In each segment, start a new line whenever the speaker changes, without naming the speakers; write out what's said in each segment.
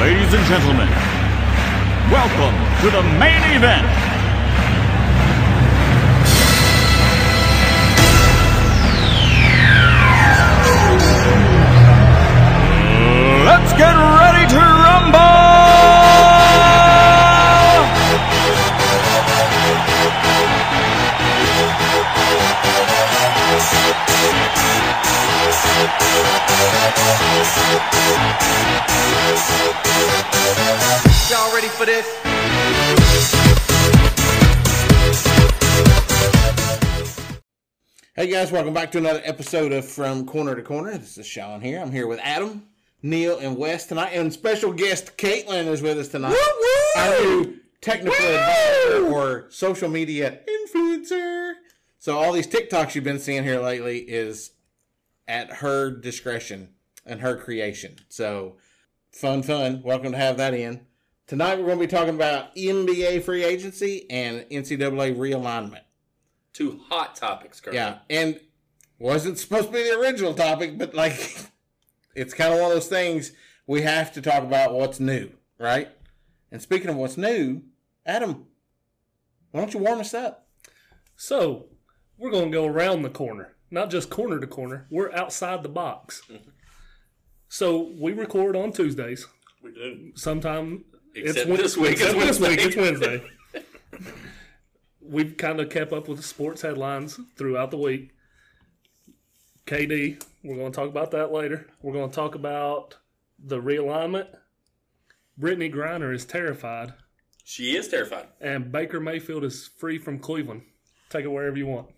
Ladies and gentlemen, welcome to the main event. Let's get ready to rumble!
Y'all ready for this?
Hey guys, welcome back to another episode of From Corner to Corner. This is Sean here. I'm here with Adam, Neil, and Wes tonight, and special guest Caitlin is with us tonight. Our new technical advisor or social media influencer. So all these TikToks you've been seeing here lately is at her discretion and her creation. So fun, fun. Welcome to have that in. Tonight we're going to be talking about NBA free agency and NCAA realignment.
Two hot topics, Kurt.
Yeah, and wasn't supposed to be the original topic, but like, it's kind of one of those things we have to talk about what's new, right? And speaking of what's new, Adam, why don't you warm us up?
So we're going to go around the corner, not just corner to corner. We're outside the box.
Mm-hmm.
So we record on Tuesdays.
We do.
Sometime
Except this week,
Except
it's
this week. It's
Wednesday.
Wednesday. We've kind of kept up with the sports headlines throughout the week. KD, we're going to talk about that later. We're going to talk about the realignment. Brittany Griner is terrified,
She is terrified.
and Baker Mayfield is free from Cleveland. Take it wherever you want.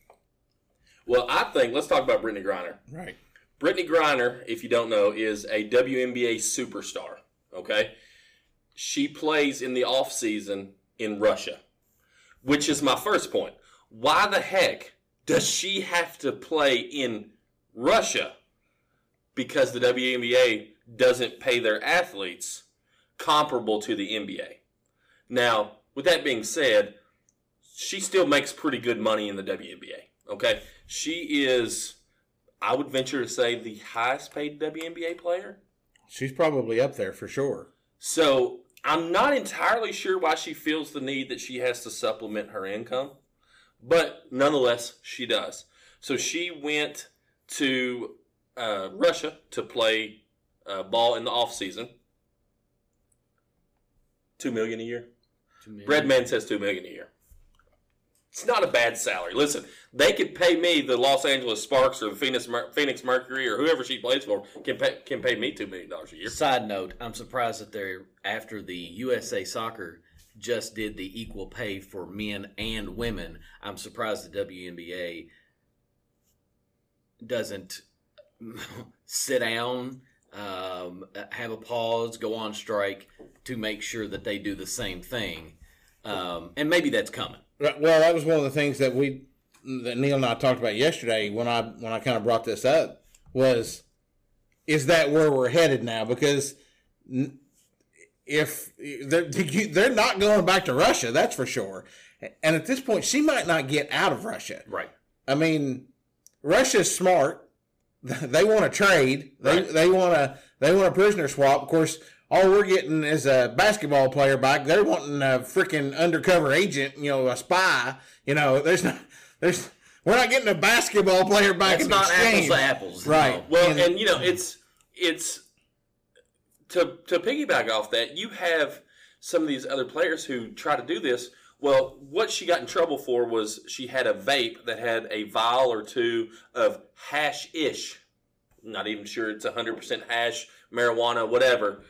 Well, I think let's talk about Brittany Griner.
Right.
Brittany Griner, if you don't know, is a WNBA superstar. Okay, she plays in the off season in Russia, which is my first point. Why the heck does she have to play in Russia? Because the WNBA doesn't pay their athletes comparable to the NBA. Now, with that being said, she still makes pretty good money in the WNBA. Okay, she is. I would venture to say the highest paid WNBA player.
She's probably up there for sure.
So I'm not entirely sure why she feels the need that she has to supplement her income, but nonetheless, she does. So she went to uh, Russia to play uh, ball in the off season. Two million a year. Breadman says two million a year. It's not a bad salary. Listen, they could pay me the Los Angeles Sparks or the Phoenix Mer- Phoenix Mercury or whoever she plays for can pay, can pay me two million dollars a year.
Side note, I'm surprised that they're after the USA soccer just did the equal pay for men and women. I'm surprised the WNBA doesn't sit down, um, have a pause, go on strike to make sure that they do the same thing. Um, and maybe that's coming.
Right, Well, that was one of the things that we that Neil and I talked about yesterday when I when I kind of brought this up was is that where we're headed now? Because n- if they're they're not going back to Russia, that's for sure. And at this point, she might not get out of Russia.
Right.
I mean, Russia's smart. They want to trade. They
Right.
they want to they want a prisoner swap. Of course, all we're getting is a basketball player back. They're wanting a freaking undercover agent. You know, a spy. You know, there's not there's we're not getting a basketball player back.
It's
in
not apples
exchange.
to apples.
Right.
no.
Well,
And-
and, you know, it's it's to to piggyback off that, you have some of these other players who try to do this. Well, what she got in trouble for was she had a vape that had a vial or two of hash ish. Not even sure it's 100% hash, marijuana, whatever,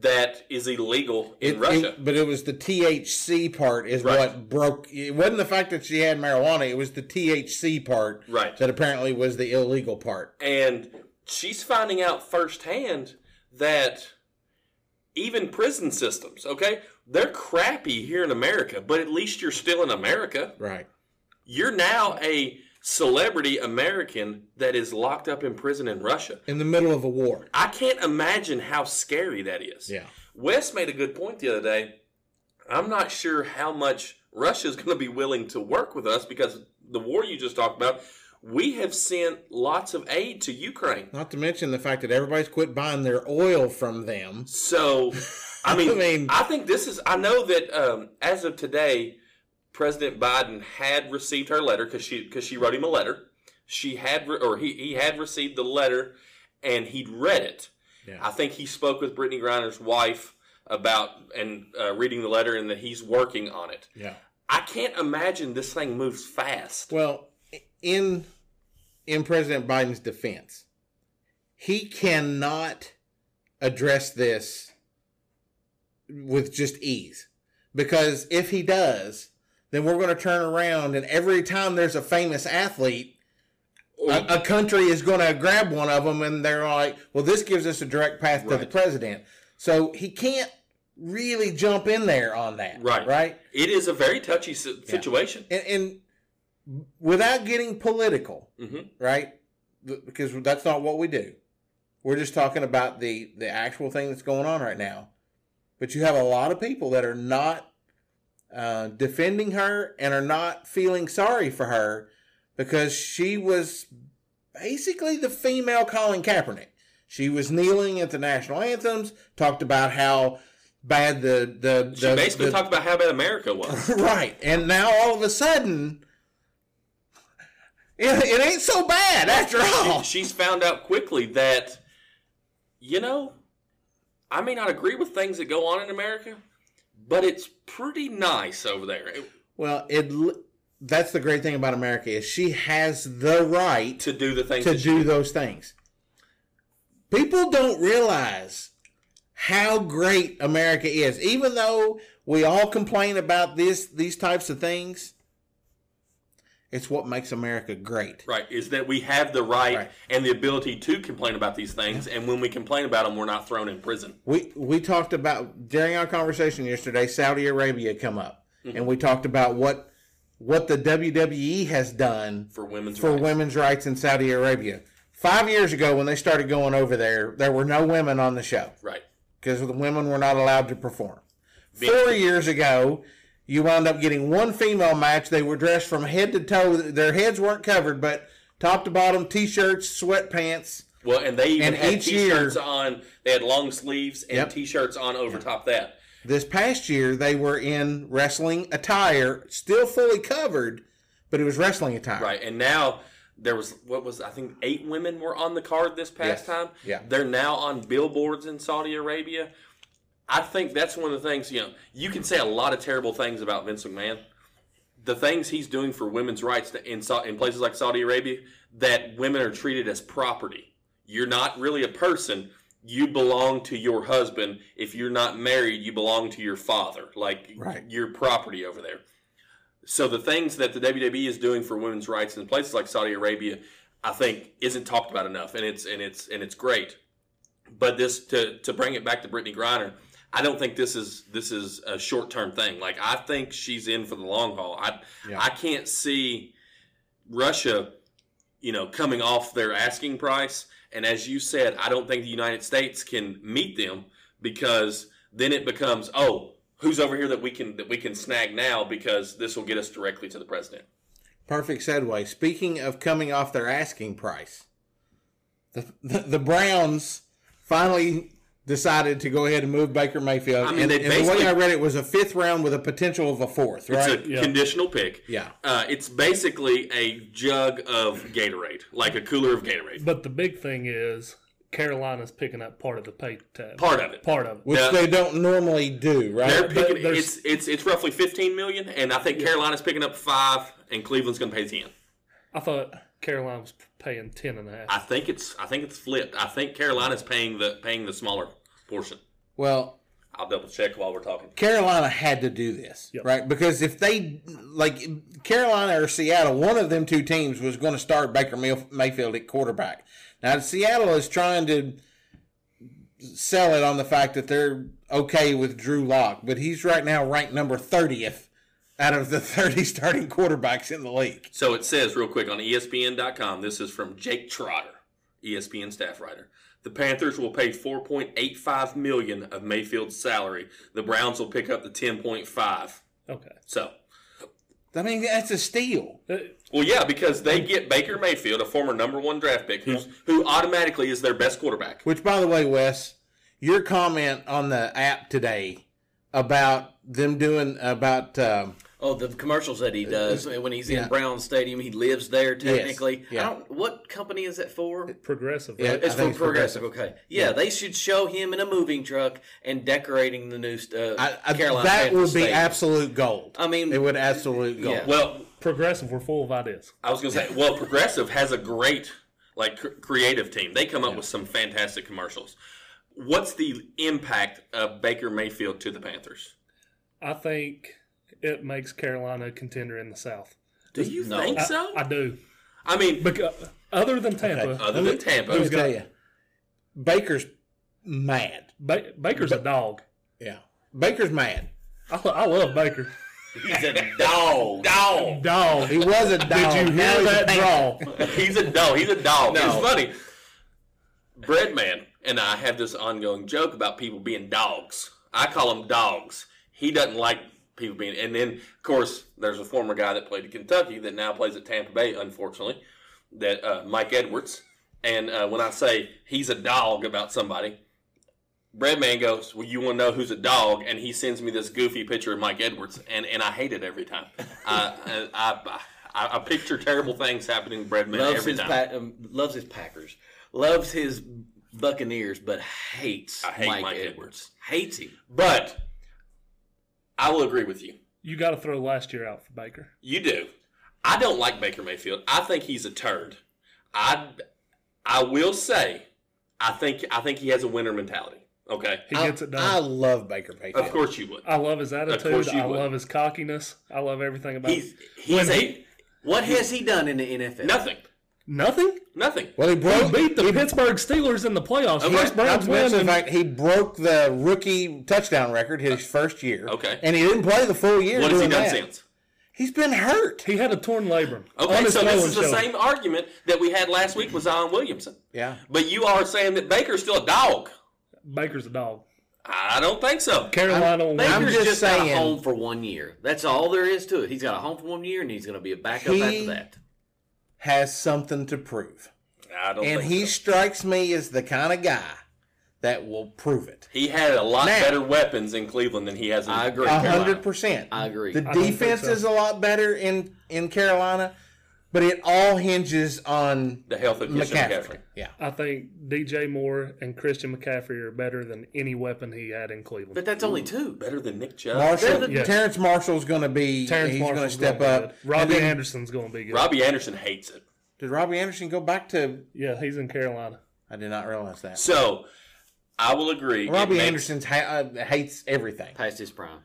that is illegal in
It-
Russia.
it- but it was the THC part is
Right.
what broke. It wasn't the fact that she had marijuana. It was the THC part
Right.
that apparently was the illegal part.
and she's finding out firsthand that even prison systems, okay, they're crappy here in America, but at least you're still in America.
Right.
You're now a celebrity American that is locked up in prison in Russia.
In the middle of a war.
I can't imagine how scary that is.
Yeah.
Wes made a good point the other day. I'm not sure how much Russia's going to be willing to work with us because the war you just talked about, we have sent lots of aid to Ukraine.
Not to mention the fact that everybody's quit buying their oil from them.
So I mean, I
I mean-
think this is. I know that um, as of today, President Biden had received her letter because she because she wrote him a letter. She had re- or he he had received the letter and he'd read it.
Yeah.
I think he spoke with Brittany Griner's wife about and uh, reading the letter and that he's working on it.
Yeah.
I can't imagine this thing moves fast.
Well, in in President Biden's defense, he cannot address this with just ease because if he does, then we're going to turn around and every time there's a famous athlete, a, a country is going to grab one of them and they're like, "Well, this gives us a direct path to the
Right.
president." So he can't really jump in there on that.
Right.
Right?
It is a very touchy si- situation.
and, and without getting political,
Mhm.
right? Th- Because that's not what we do. We're just talking about the the actual thing that's going on right now. But you have a lot of people that are not uh, defending her and are not feeling sorry for her because she was basically the female Colin Kaepernick. She was kneeling at the national anthems, talked about how bad the the,
She
the-
basically
the-
talked about how bad America was.
right. And now all of a sudden, it, it ain't so bad after all.
she's found out quickly that, you know, I may not agree with things that go on in America, but it's pretty nice over there eh,
Well, it l- that's the great thing about America is she has the right
to do the things
to
that she-
do those things. People don't realize how great America is, even though we all complain about this these types of things. It's what makes America great.
Right, is that we have the right,
Right.
and the ability to complain about these things, and when we complain about them, we're not thrown in prison.
We we talked about during our conversation yesterday. Saudi Arabia come up, and we talked about what what the WWE has done
For women's
for
rights.
women's rights in Saudi Arabia. Five years ago, when they started going over there, there were no women on the show
Right.
because the women were not allowed to perform. Four years ago, you wound up getting one female match. They were dressed from head to toe. Their heads weren't covered, but top to bottom, t-shirts, sweatpants.
Well, and they even
And
had
each year-
t-shirts on. They had long sleeves and
Yep.
t-shirts on over top that.
This past year, they were in wrestling attire, still fully covered, but it was wrestling attire.
Right, and now there was what was I think eight women were on the card this
Yes.
past time.
Yeah.
they're now on billboards in Saudi Arabia. I think that's one of the things you know. You can say a lot of terrible things about Vince McMahon. The things he's doing for women's rights in Sa- in places like Saudi Arabia, that women are treated as property. You're not really a person. You belong to your husband. If you're not married, you belong to your father. Like
Right.
your property over there. So the things that the WWE is doing for women's rights in places like Saudi Arabia, I think, isn't talked about enough, and it's and it's and it's great. But this to to bring it back to Brittany Griner, I don't think this is this is a short term thing. Like I think she's in for the long haul. I
Yeah.
I can't see Russia, you know, coming off their asking price. And as you said, I don't think the United States can meet them because then it becomes oh who's over here that we can that we can snag now because this will get us directly to the president.
Perfect segue. Speaking of coming off their asking price, the, the, the Browns finally decided to go ahead and move Baker Mayfield.
I mean,
and,
they
and the
basically-
way I read it was a fifth round with a potential of a fourth,
It's
right?
a
Yeah.
conditional pick.
Yeah.
Uh, it's basically a jug of Gatorade, like a cooler of Gatorade.
But the big thing is Carolina's picking up part of the pay tab.
Part of it.
Part of it.
Which
Yeah.
they don't normally do,
They're
right?
picking
there's-
it's it's it's roughly fifteen million, and I think Carolina's picking up five, and Cleveland's going to pay ten.
I thought Carolina was paying ten and a half.
I think it's I think it's flipped. I think Carolina's paying the paying the smaller portion.
Well,
I'll double check while we're talking.
Carolina had to do this,
Yep.
right? Because if they like Carolina or Seattle, one of them two teams was going to start Baker Mayf- Mayfield at quarterback. Now Seattle is trying to sell it on the fact that they're okay with Drew Lock, but he's right now ranked number thirtieth out of the thirty starting quarterbacks in the league.
So it says real quick on E ESPN.com. This is from Jake Trotter, E ESPN staff writer. The Panthers will pay 4.85 million of Mayfield's salary. The Browns will pick up the 10.5.
Okay.
So,
I mean, that's a steal.
Uh,
well, yeah, because they get Baker Mayfield, a former number one draft pick, who's who automatically is their best quarterback.
Which, by the way, Wes, your comment on the app today about them doing about um,
Oh, the commercials that he does when he's
Uh, yeah.
in Brown Stadium, he lives there technically.
yeah.
I don't, what company is that for?
Progressive.
Yeah,
Right?
It's
I think
for
it's
progressive.
Progressive.
Okay, yeah, they should show him in a moving truck and decorating the new st- uh,
I, I,
Carolina.
that
Panthers
would be
stadium.
absolute gold.
I mean-
it would absolute gold.
Yeah.
Well,
Progressive. We're full of ideas.
I was gonna say, well, Progressive has a great like cr- creative team. They come up with some fantastic commercials. What's the impact of Baker Mayfield to the Panthers?
I think it makes Carolina a contender in the South.
Do you
No.
think
I,
so?
I do.
I mean,
Because other than Tampa,
other
Let
than
me- Let me
Tampa,
tell you, Baker's mad.
ba- Baker's a dog.
Yeah, Baker's mad.
I, lo- I love Baker.
He's a dog.
dog.
Dog.
He was a dog.
Did you
Now he's a
hear Oh, that
Panther.
draw?
He's a dog. He's a dog.
No.
It's funny. Breadman and I have this ongoing joke about people being dogs. I call them dogs. He doesn't like people being. And then, of course, there's a former guy that played at Kentucky that now plays at Tampa Bay, unfortunately, that uh, Mike Edwards. And uh, when I say he's a dog about somebody, Breadman goes, "Well, you want to know who's a dog?" And he sends me this goofy picture of Mike Edwards, and, and I hate it every time. I I, I I picture terrible things happening to Breadman
Loves
every
his
time.
pa- um, loves his Packers. Loves his Buccaneers, but hates
I hate
Mike,
Mike
Edwards.
Edwards.
Hates him.
But I will agree with you.
You got to throw last year out for Baker.
You do. I don't like Baker Mayfield. I think he's a turd. I I will say, I think I think he has a winner mentality. Okay,
He
I,
gets it
I
done.
love Baker Mayfield.
of course you would.
Uh,
I, love his attitude.
course you
I
would.
love his cockiness. I love everything about
He's
him.
he's
When
a,
he-
What has he done in the NFL?
nothing,
Nothing.
nothing.
Well, he
He
broke.
beat the Pittsburgh Steelers in the playoffs.
Okay.
First
Not
Browns
to mention
win.
the
and-
fact he broke the rookie touchdown record his first year.
Okay.
and he didn't play the full year.
What has he
doing that.
done since?
He's been hurt.
He had a torn labrum.
Okay,
on his
so this
throwing
is the
shoulder.
same argument that we had last week with Zion Williamson.
Yeah.
But you are saying that Baker's still a dog.
Baker's a dog.
I don't think so.
Carolina will win.
I'm
Baker's
just
just,
saying-
got a home for one year. That's all there is to it. He's got a home for one year, and he's going to be a backup
He-
after that.
Has something to prove,
I don't
and
think
he
so.
strikes me as the kind of guy that will prove it.
He had a lot
Now-
better weapons in Cleveland than he has in
I agree.
A
Carolina.
hundred percent.
I agree.
The
I don't think
defense
so.
is a lot better in in Carolina, but it all hinges on
The health of Christian
McCaffrey.
McCaffrey.
Yeah,
I think DJ Moore and Christian McCaffrey are better than any weapon he had in Cleveland.
But that's only two.
Better than Nick Chubb.
Marshall.
Yes.
Terrence Marshall's going to be.
Terrence
he's going to
Marshall's
step
gonna be
up.
good. Robbie
And then-
Anderson's going to be good.
Robbie Anderson hates it.
Did Robbie Anderson go back to?
yeah, he's in Carolina.
I did not realize that.
So I will agree. it
Robbie
makes-
Anderson's ha- uh, hates everything.
Past his prime.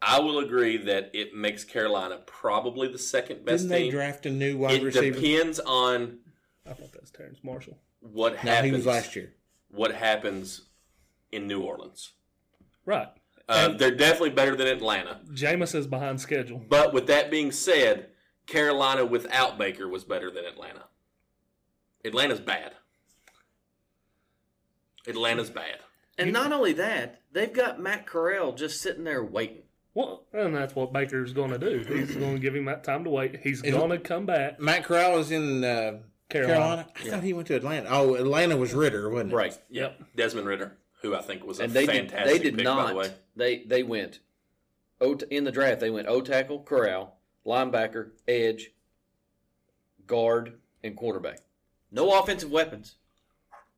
I will agree that it makes Carolina probably the second best
Didn't they
team.
draft a new wide
It
receiver?
depends on
I thought that's Terrence Marshall.
what
No,
happens.
he was last year.
What happens in New Orleans?
Right.
Uh, they're definitely better than Atlanta.
Jameis is behind schedule.
But with that being said, Carolina without Baker was better than Atlanta. Atlanta's bad. Atlanta's bad.
And not only that, they've got Matt Corral just sitting there waiting.
Well, and that's what Baker's going to do. He's going to give him that time to wait. He's going to come back.
Matt Corral is in uh, Carolina.
Carolina.
I thought he went to Atlanta. Oh, Atlanta was Ritter, wasn't it?
Right.
Yep. Desmond Ritter, who I think was a
And they did,
fantastic
they did
pick, by
not.
the way.
They they went o, in the draft. They went O tackle, Corral, linebacker, edge, guard, and quarterback. No offensive weapons.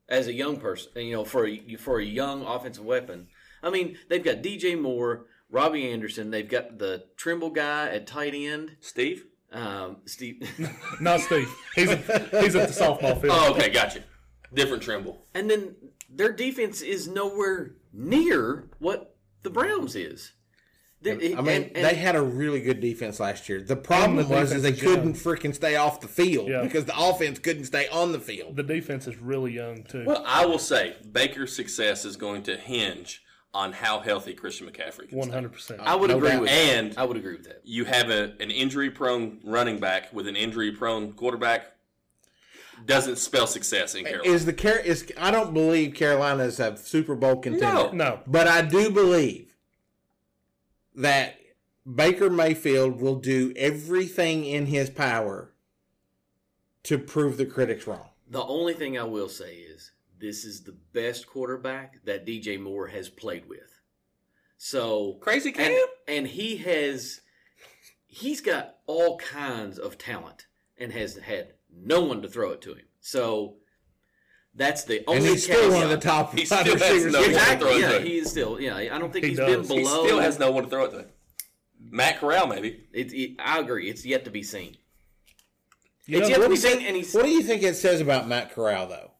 As a young person, you know, for a for a young offensive weapon, I mean, they've got DJ Moore, Robbie Anderson. They've got the Trimble guy at tight end,
Steve?
um, Steve.
Not Steve. He's he's at the softball field.
Oh, okay, gotcha. Different Trimble.
And then their defense is nowhere near what the Browns is. They-
I mean,
and- and-
they had a really good defense last year. The problem
And the
was is they
defense is
couldn't freaking stay off the field
Yeah.
because the offense couldn't stay on the field.
The defense is really young too.
Well, I will say Baker's success is going to hinge on how healthy Christian McCaffrey can
One
stay.
hundred percent.
I would
no
agree
doubt.
with that.
And
I would agree with that.
you have a, an injury prone running back with an injury prone quarterback doesn't spell success in Carolina.
Is the Car- is I don't believe Carolina is a Super Bowl contender.
No.
No,
But I do believe that Baker Mayfield will do everything in his power to prove the critics wrong.
The only thing I will say is this is the best quarterback that DJ Moore has played with. So
Crazy
and,
Cam?
and he has he's got all kinds of talent and has had no one to throw it to him. So that's the only
And he's still one of the
caveat.
top
He
wide
still has
receivers.
no-
Exactly.
Throw it
Yeah,
to.
he is still. Yeah, I don't think
He
he's
does.
been
He
below.
still has no one to throw it to. Matt Corral, maybe.
It, it, I agree. It's yet to be seen.
You
it's
know,
yet to
what-
be seen, and he's.
What do you think it says about Matt Corral, though?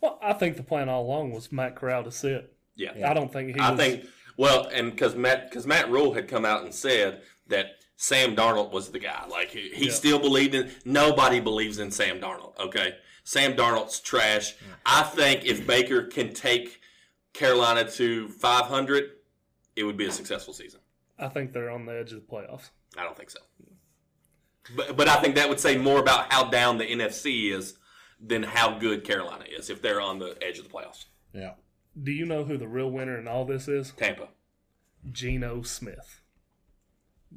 well, I think the plan all along was Matt Corral to sit.
Yeah.
I don't think he.
I
was,
think, well, and because Matt, because Matt Rule had come out and said that Sam Darnold was the guy. Like, he, he
Yeah.
still believed in, nobody believes in Sam Darnold, okay? Sam Darnold's trash. I think if Baker can take Carolina to 500, it would be a successful season.
I think they're on the edge of the playoffs.
I don't think so. But, but I think that would say more about how down the NFC is than how good Carolina is if they're on the edge of the playoffs.
Yeah.
Do you know who the real winner in all this is?
Tampa.
Geno Smith.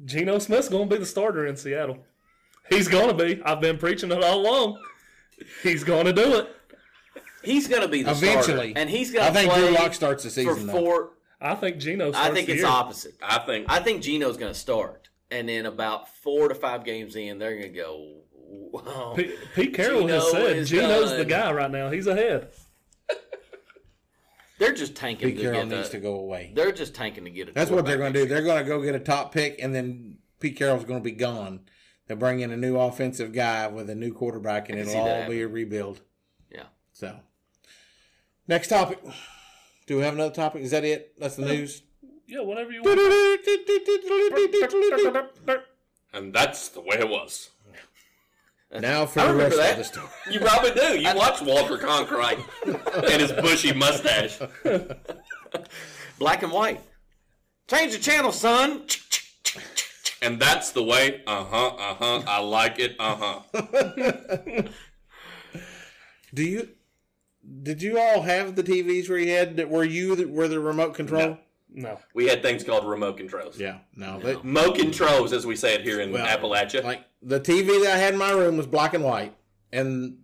Geno Smith's going to be the starter in Seattle. He's going to be. I've been preaching it all along. He's going to do it.
He's going to be the
Eventually.
starter, and he's
I
going to
think
play
Drew Lock starts the
for
season, though.
four.
I think Geno.
I think it's opposite.
I think
I think Gino's going to start, and then about four to five games in, they're going to go. um, Wow.
Pete, Pete Carroll has
Geno
said
is
Geno's the
done.
guy right now. He's ahead.
They're just tanking
Pete
to
Carroll
get
needs
a,
to go away.
They're just tanking to get it.
That's what they're going to do. They're going to go get a top pick, and then Pete Carroll's going to be gone. They'll bring in a new offensive guy with a new quarterback, and
I can
it'll
see
all
that
be a rebuild.
Yeah.
So, next topic. Do we have another topic? Is that it? That's the news.
Yeah, whatever you want.
and that's the way it was.
Now for
I
the
remember
rest
that.
of the story.
You probably do. You watch Walter Cronkite and his bushy mustache.
Black and white. Change the channel, son.
And that's the way. Uh huh. Uh huh. I like it. Uh huh.
Do you? Did you all have the TVs where you had that? Were you that were the remote control?
No,
We had things called remote controls.
Yeah, no. They,
Mo controls, as we say it here in
Well,
Appalachia.
like the TV that I had in my room was black and white, and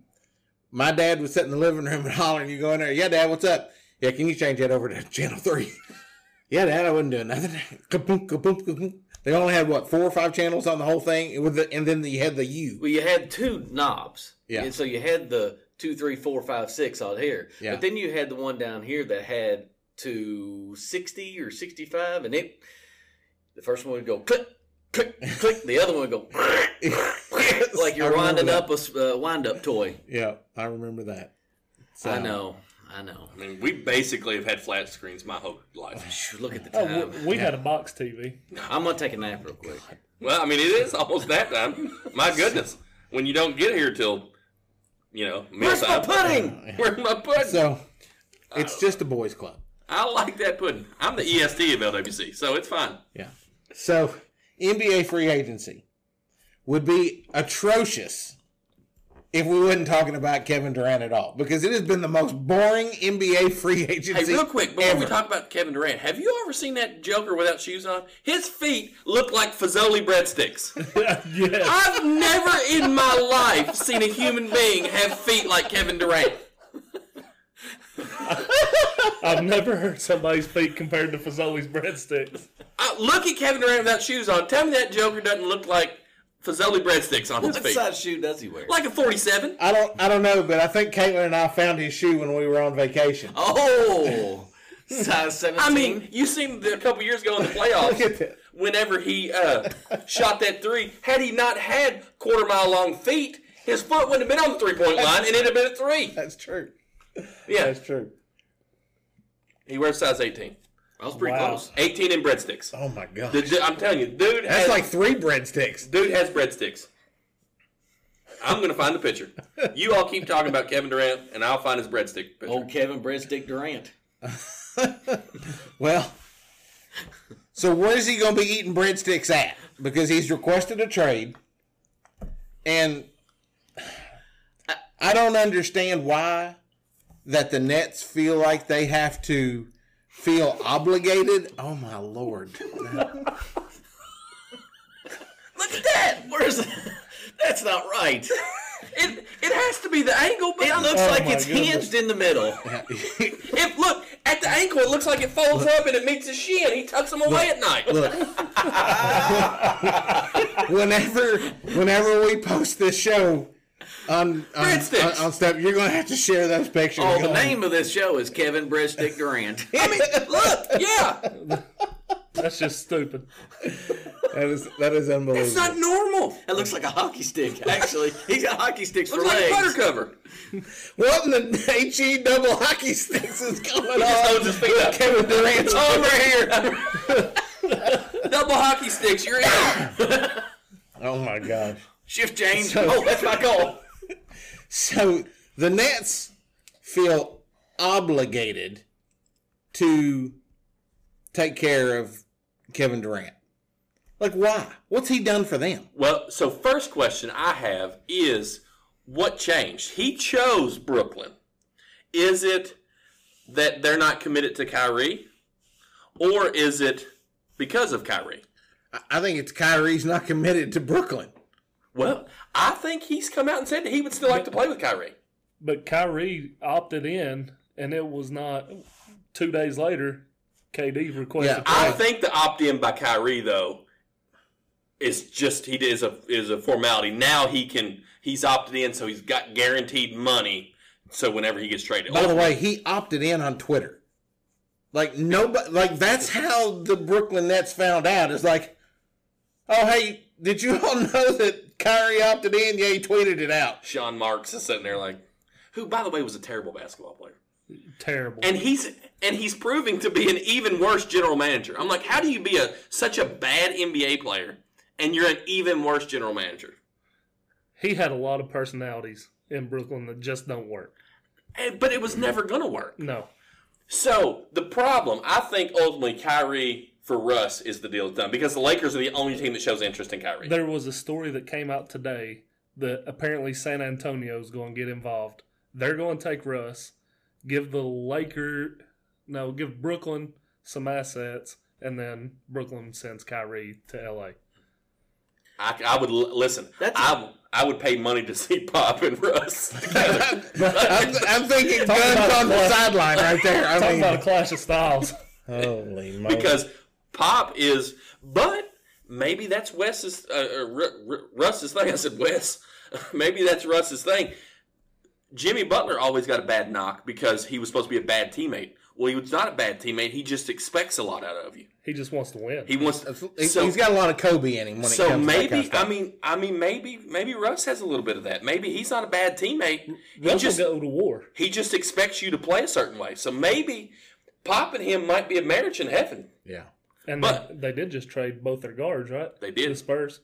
my dad would sit in the living room and holler, and you go in there, yeah, dad, what's up? Yeah, can you change that over to channel three? yeah, dad, I wasn't doing nothing. Kaboom, kaboom, kaboom. They only had what four or five channels on the whole thing, It was the- and then you had the U.
Well, you had two knobs.
Yeah.
And so you had the two, three, four, five, six out here.
Yeah.
But then you had the one down here that had to 60 or 65, and it, the first one would go click, click, click. The other one would go like
I
you're
remember
winding
that.
up a s- uh, wind up toy.
Yeah, I remember that. So,
I know. I know.
I mean, we basically have had flat screens my whole life.
Phew, Look at the
oh,
time.
we, we had a box TV.
I'm going to take a nap real quick.
Well, I mean, it is almost that time. My goodness, when you don't get here till you know
Where's my
mealtime.
pudding?
Where's my pudding?
So it's just a boys' club.
I like that pudding. I'm the ESD of LWC, so it's fine.
Yeah. So NBA free agency would be atrocious if we wasn't talking about Kevin Durant at all, because it has been the most boring NBA free
Hey,
agency.
real quick, before
ever.
we talk about Kevin Durant, have you ever seen that Joker without shoes on? His feet look like Fazoli breadsticks.
yeah,
I've never in my life seen a human being have feet like Kevin Durant.
I've never heard somebody's feet compared to Fazoli's breadsticks.
I, Uh, look at Kevin Durant without shoes on. Tell me that Joker doesn't look like Fazoli breadsticks on his
What
feet.
size shoe does he wear?
Like a 47.
I don't, I don't know, but I think Caitlin and I found his shoe when we were on vacation.
Oh, size 17.
I mean, you seen the, a couple years ago in the
Look at
playoffs,
that.
whenever he uh, shot that three, had he not had quarter mile long feet, his foot wouldn't have been on the three point line and it'd have been a three.
That's true.
Yeah,
That's true.
he wears size 18.
I was pretty
Wow.
close.
18 in breadsticks.
Oh my god,
The, du- I'm telling you, dude
that's
has,
like three breadsticks.
dude has breadsticks. I'm gonna find the picture. You all keep talking about Kevin Durant, and I'll find his breadstick picture.
Old Kevin Breadstick Durant.
Well, so where is he going to be eating breadsticks at? Because he's requested a trade, and I don't understand why that the Nets feel like they have to feel obligated. Oh my lord!
Look at that. Where's that's not right.
It it has to be the angle, but
It
I'm-
looks
Oh
like
my
it's
goodness.
hinged in the middle.
If look at the ankle, it looks like it folds up and it meets his shin. He tucks him away at night.
Look. whenever whenever we post this show on on, on,
Breadsticks.
on Step, you're gonna have to share those pictures.
Oh, the name of this show is Kevin Breadstick Durant.
I mean, look, yeah,
That's just stupid.
That is that is unbelievable.
it's not normal.
That looks like a hockey stick, actually. He's got hockey sticks for
Looks like a
legs.
butter cover.
what in the H E double hockey sticks is going
Just
on?
holds his feet up.
Kevin Durant's over here.
Double hockey sticks. You're in.
Oh my gosh.
Shift change.
So-
oh, that's my goal.
So the Nets feel obligated to take care of Kevin Durant. Like why? What's he done for them?
Well, so first question I have is what changed? He chose Brooklyn. Is it that they're not committed to Kyrie, or is it because of Kyrie?
I- I think it's Kyrie's not committed to Brooklyn.
Well, I think he's come out and said that he would still like to play with Kyrie.
But Kyrie opted in, and it was not two days later. KD requested.
Yeah.
I think the opt in by Kyrie though is just he is a is a formality. Now he can he's opted in, so he's got guaranteed money. So whenever he gets traded,
By the way, he opted in on Twitter. Like nobody, like that's how the Brooklyn Nets found out. Is like, oh hey, did you all know that Kyrie opted in? Yeah, he tweeted it out.
Sean Marks is sitting there like, who by the way was a terrible basketball player,
Terrible.
and he's and he's proving to be an even worse general manager. I'm like, how do you be a such a bad NBA player and you're an even worse general manager?
he had a lot of personalities in Brooklyn that just don't work.
And, but it was never gonna work.
No.
So the problem, I think, ultimately, Kyrie for Russ is the deal done because the Lakers are the only team that shows interest in Kyrie.
There was a story that came out today that apparently San Antonio's going to get involved. They're going to take Russ, give the Laker, no, give Brooklyn some assets, and then Brooklyn sends Kyrie to LA.
I, I would l- listen.
That's-
I I would pay money to see Pop and Russ together.
I'm, I'm thinking guns on the sideline right there. I
Talking about a
mean,
clash of styles.
holy moly!
because Pop is, but maybe that's Wes's uh, uh, Ru- Ru- Russ's thing. I said Wes. Maybe that's Russ's thing. Jimmy Butler always got a bad knock because he was supposed to be a bad teammate. Well, he was not a bad teammate. He just expects a lot out of you.
He just wants to win.
He wants.
He-
so-
he's got a lot of Kobe in him. When it
So
comes
maybe
to that kind of stuff.
I mean I mean maybe maybe Russ has a little bit of that. Maybe he's not a bad teammate. He
Russ
just
will go to war.
he just expects you to play a certain way. So maybe Pop and him might be a marriage in heaven.
yeah.
And
But-
they, they did just trade both their guards, right?
They
The
did.
Spurs.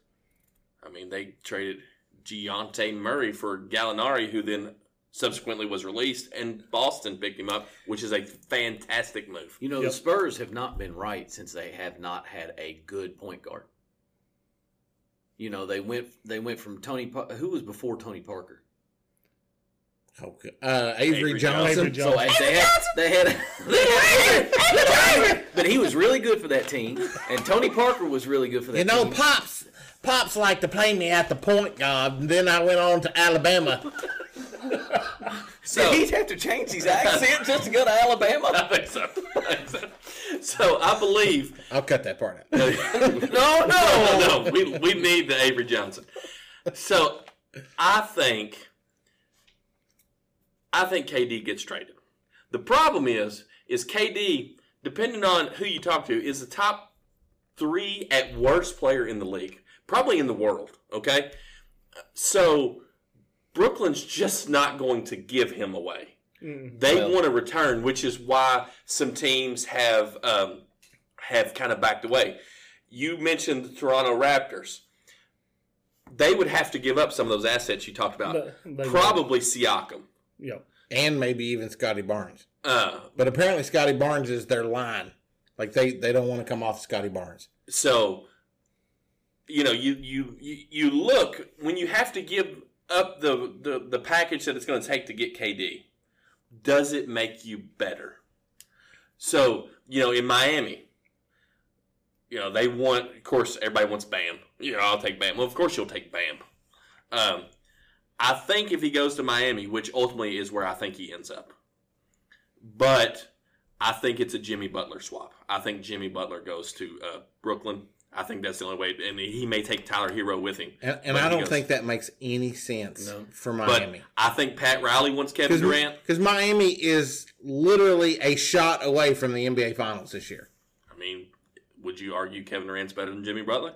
I mean they traded Giante Murray for Gallinari, who then subsequently was released, and Boston picked him up, which is a fantastic move.
You know,
Yep.
the Spurs have not been right since they have not had a good point guard. You know, they went they went from Tony Pa- who was before Tony Parker.
Okay. Uh, Avery,
Avery
Johnson.
Avery
So
Johnson.
as Oh, they had they had they had but he was really good for that team and Tony Parker was really good for that
You know,
team.
pops, pops liked to play me at the point guard, and then I went on to Alabama.
So
He'd have to change his accent just to go to Alabama.
I think so. I think so. So I believe
I'll cut that part out.
No, no.
no, no, we, we need the Avery Johnson. So I think I think KD gets traded. The problem is is KD, depending on who you talk to, is the top three at worst player in the league, probably in the world. Okay, so Brooklyn's just not going to give him away. They want to return, which is why some teams have um, have kind of backed away. You mentioned the Toronto Raptors. They would have to give up some of those assets you talked about.
They- they
Uh, Probably Siakam.
Yep.
And maybe even Scotty Barnes.
Uh,
But apparently, Scotty Barnes is their line. Like, they, they don't want to come off Scotty Barnes.
so, you know, you, you you you look when you have to give up the the, the package that it's going to take to get KD. Does it make you better? So, you know, in Miami, you know, they want, of course, everybody wants Bam. You know, I'll take Bam. Well, of course, you'll take Bam. Um, I think if he goes to Miami, which ultimately is where I think he ends up, but I think it's a Jimmy Butler swap. I think Jimmy Butler goes to uh, Brooklyn. I think that's the only way, and he may take Tyler Hero with him.
And,
But
and I
he
don't
goes-
think that makes any sense
No.
for
But
Miami.
I think Pat Riley wants Kevin Durant.
Because Miami is literally a shot away from the NBA Finals this year.
I mean, would you argue Kevin Durant's better than Jimmy Butler?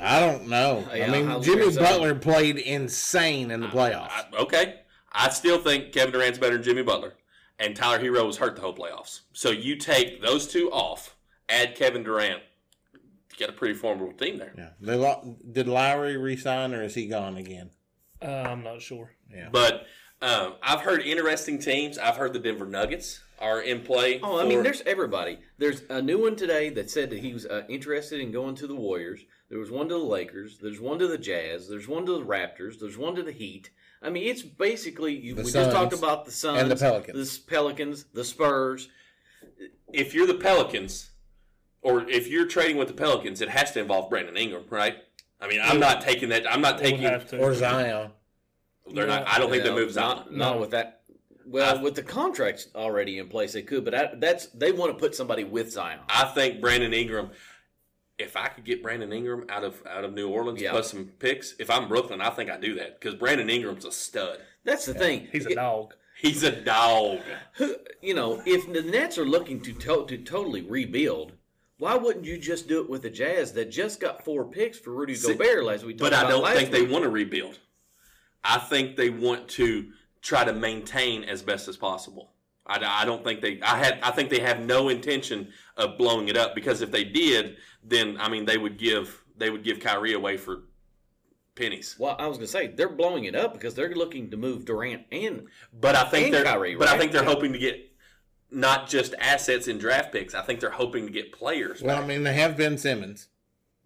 I don't know.
Yeah,
I mean,
I would
Jimmy
say so.
Butler played insane in the playoffs.
I, okay, I still think Kevin Durant's better than Jimmy Butler, and Tyler Hero was hurt the whole playoffs. So you take those two off, add Kevin Durant, you got a pretty formidable team there.
yeah. They lo- did Lowry resign or is he gone again?
Uh, I'm not sure.
But um, I've heard interesting teams. I've heard the Denver Nuggets are in play.
Oh, I mean,
for-
there's everybody. There's a new one today that said that he was uh, interested in going to the Warriors. There was one to the Lakers. There's one to the Jazz. There's one to the Raptors. There's one to the Heat. I mean, it's basically you,
The
we just talked
Suns
about the Suns
and the Pelicans.
the S- Pelicans, the Spurs.
if you're the Pelicans, or if you're trading with the Pelicans, it has to involve Brandon Ingram, right? I mean, I'm not taking that. I'm not
They would
taking.
have to.
Or Zion?
They're not. I don't think that moves
not
out.
not
No.
with that. Well,
I-
with the contracts already in place, they could. But I, that's they want to put somebody with Zion.
I think Brandon Ingram. If I could get Brandon Ingram out of out of New Orleans
Yeah.
plus some picks, if I'm Brooklyn, I think I do that because Brandon Ingram's a stud.
That's the thing.
He's a
It-
dog.
He's a dog.
Who, you know, if the Nets are looking to, to to totally rebuild, why wouldn't you just do it with the Jazz that just got four picks for Rudy
See,
Gobert last we talked
But
about
I don't
last
think they
week?
want to rebuild. I think they want to try to maintain as best as possible. I, I don't think they. I had. I think they have no intention of blowing it up because if they did, then I mean they would give they would give Kyrie away for pennies.
Well, I was gonna say they're blowing it up because they're looking to move Durant and
But I think
And
they're.
Kyrie,
but I
right?
think they're hoping to get not just assets and draft picks. I think they're hoping to get players.
Well, I mean, they have Ben Simmons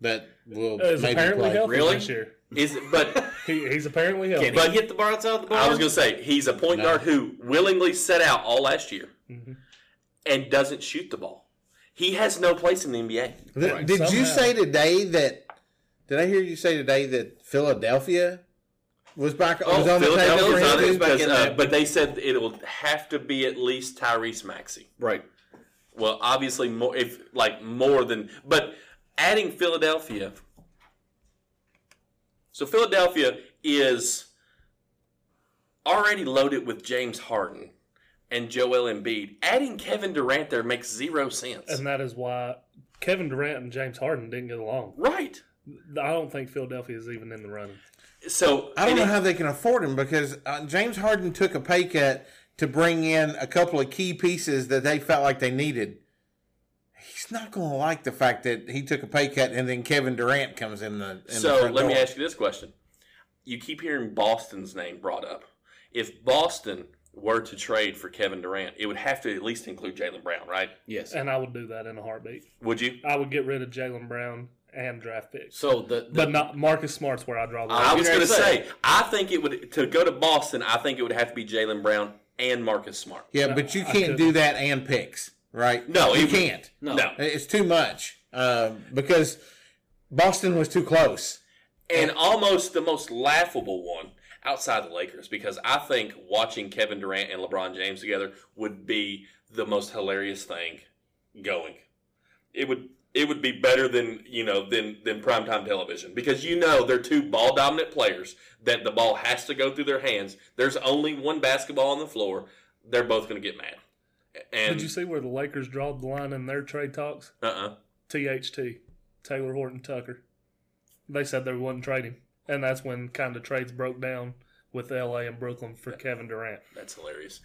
that will
Is
maybe
apparently
play.
healthy
Really?
this year.
Is but
He, he's apparently healthy.
can he hit the bar outside the bar?
I was gonna say he's a point
No.
guard who willingly set out all last year
Mhm.
and doesn't shoot the ball. He has no place in the NBA.
Th-
Right,
Did you
somehow.
say today that? Did I hear you say today that Philadelphia was back? was on the table for
Philadelphia's on
him
Oh, it,
too?
Oh, back
because,
in
uh,
there.
but they said it'll have to be at least Tyrese Maxey.
right.
Well, obviously more if like more than but adding Philadelphia. So Philadelphia is already loaded with James Harden and Joel Embiid. Adding Kevin Durant there makes zero sense.
And that is why Kevin Durant and James Harden didn't get along.
right.
I don't think Philadelphia is even in the running.
So
I don't
and
know
it-
how they can afford him because uh, James Harden took a pay cut to bring in a couple of key pieces that they felt like they needed. He's not going to like the fact that he took a pay cut and then Kevin Durant comes in the. In the
So
front
let me
door.
ask you this question: You keep hearing Boston's name brought up. If Boston were to trade for Kevin Durant, it would have to at least include Jalen Brown, right?
Yes.
And I would do that in a heartbeat.
Would you?
I would get rid of Jalen Brown and draft picks.
So the, the
But not Marcus Smart's where I draw the
I
line.
was
gonna
going to
say-
say, I think it would to go to Boston. I think it would have to be Jalen Brown and Marcus Smart.
Yeah, but you
I
can't
could-
do that and picks, right?
No,
you
it would-
can't.
no.
No,
It's too much um, because Boston was too close.
and almost the most laughable one outside the Lakers, because I think watching Kevin Durant and LeBron James together would be the most hilarious thing going. It would it would be better than you know than than primetime television because you know they're two ball dominant players that the ball has to go through their hands. There's only one basketball on the floor. They're both going to get mad. And
Did you see where the Lakers drawed the line in their trade talks?
uh-uh.
THT, Taylor Horton Tucker. They said they wouldn't trade him. And that's when kind of trades broke down with LA and Brooklyn for Kevin Durant.
That's hilarious.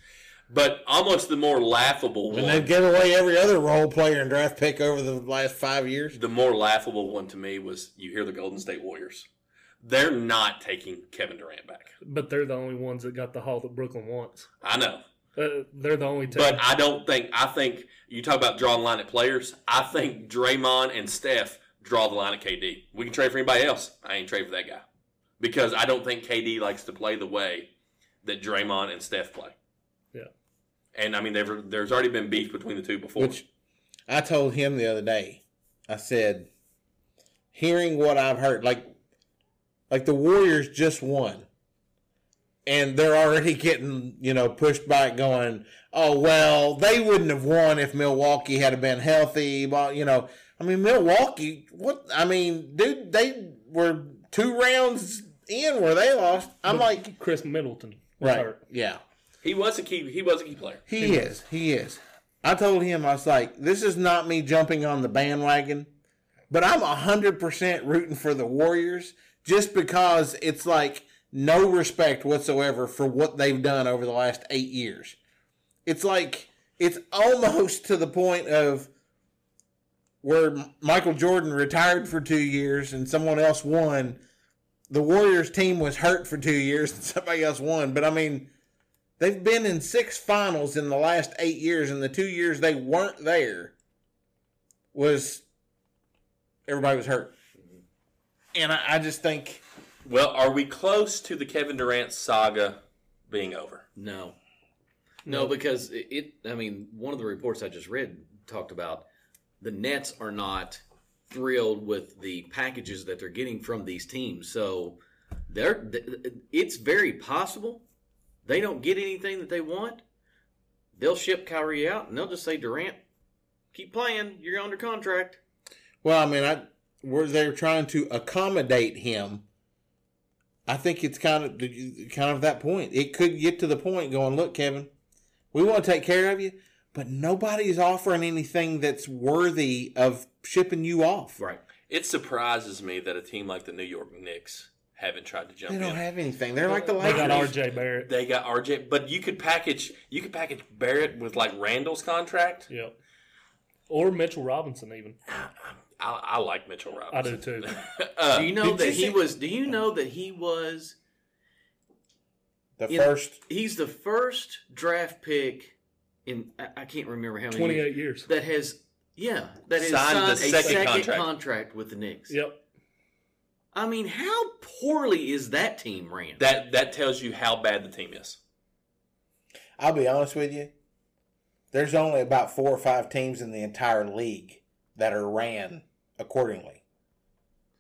But almost the more laughable
And
one.
they've given away every other role player and draft pick over the last five years.
the more laughable one to me was you hear the Golden State Warriors. They're not taking Kevin Durant back.
But they're the only ones that got the haul that Brooklyn wants.
I know.
Uh, they're the only team.
But I don't think I think you talk about drawing the line at players. I think Draymond and Steph draw the line at KD. We can trade for anybody else. I ain't trade for that guy. Because I don't think KD likes to play the way that Draymond and Steph play.
Yeah.
And I mean they've, there's already been beef between the two before.
Which I told him the other day. I said, hearing what I've heard, like Like the Warriors just won. And they're already getting, you know, pushed back going, oh, well, they wouldn't have won if Milwaukee had been healthy. But, you know, I mean, Milwaukee, what? I mean, dude, they were two rounds in where they lost. I'm like,
Chris Middleton was
right.
hurt.
Yeah.
He was a key. He was a key player.
He is. He is. I told him, I was like, this is not me jumping on the bandwagon, but I'm 100% rooting for the Warriors just because it's like no respect whatsoever for what they've done over the last eight years. It's like, it's almost to the point of where M- Michael Jordan retired for two years and someone else won. The Warriors team was hurt for two years and somebody else won. But I mean, They've been in six finals in the last eight years, and the two years they weren't there was everybody was hurt.
Mm-hmm.
And I, I just think
Well, are we close to the Kevin Durant saga being over?
No. No, because it, it, I mean, one of the reports I just read talked about the Nets are not thrilled with the packages that they're getting from these teams. So they're, th- th- it's very possible they don't get anything that they want. They'll ship Kyrie out and they'll just say, Durant, keep playing. You're under contract.
Well, I mean, I where they're trying to accommodate him. I think it's kind of kind of that point. It could get to the point going, look, Kevin, we want to take care of you, but nobody's offering anything that's worthy of shipping you off.
Right.
It surprises me that a team like the New York Knicks haven't tried to jump
They
in.
don't have anything. They're like the
They
Lakers.
got RJ Barrett.
they got RJ, but you could package you could package Barrett with like Randall's contract.
Yep. Or Mitchell Robinson, even.
I, I like Mitchell
I do
Robinson.
too.
Uh,
Do you know
did
that
you
he
see-
was, do you know that he was,
The
You know-
first
he's the first draft pick in, I, I can't remember how many years.
28 years.
that has yeah that has
Signed
signed,
the
a
second
second,
contract.
contract. with the Knicks.
Yep.
I mean, how poorly is that team ran?
that that tells you how bad the team is.
I'll be honest with you. There's only about four or five teams in the entire league that are ran accordingly.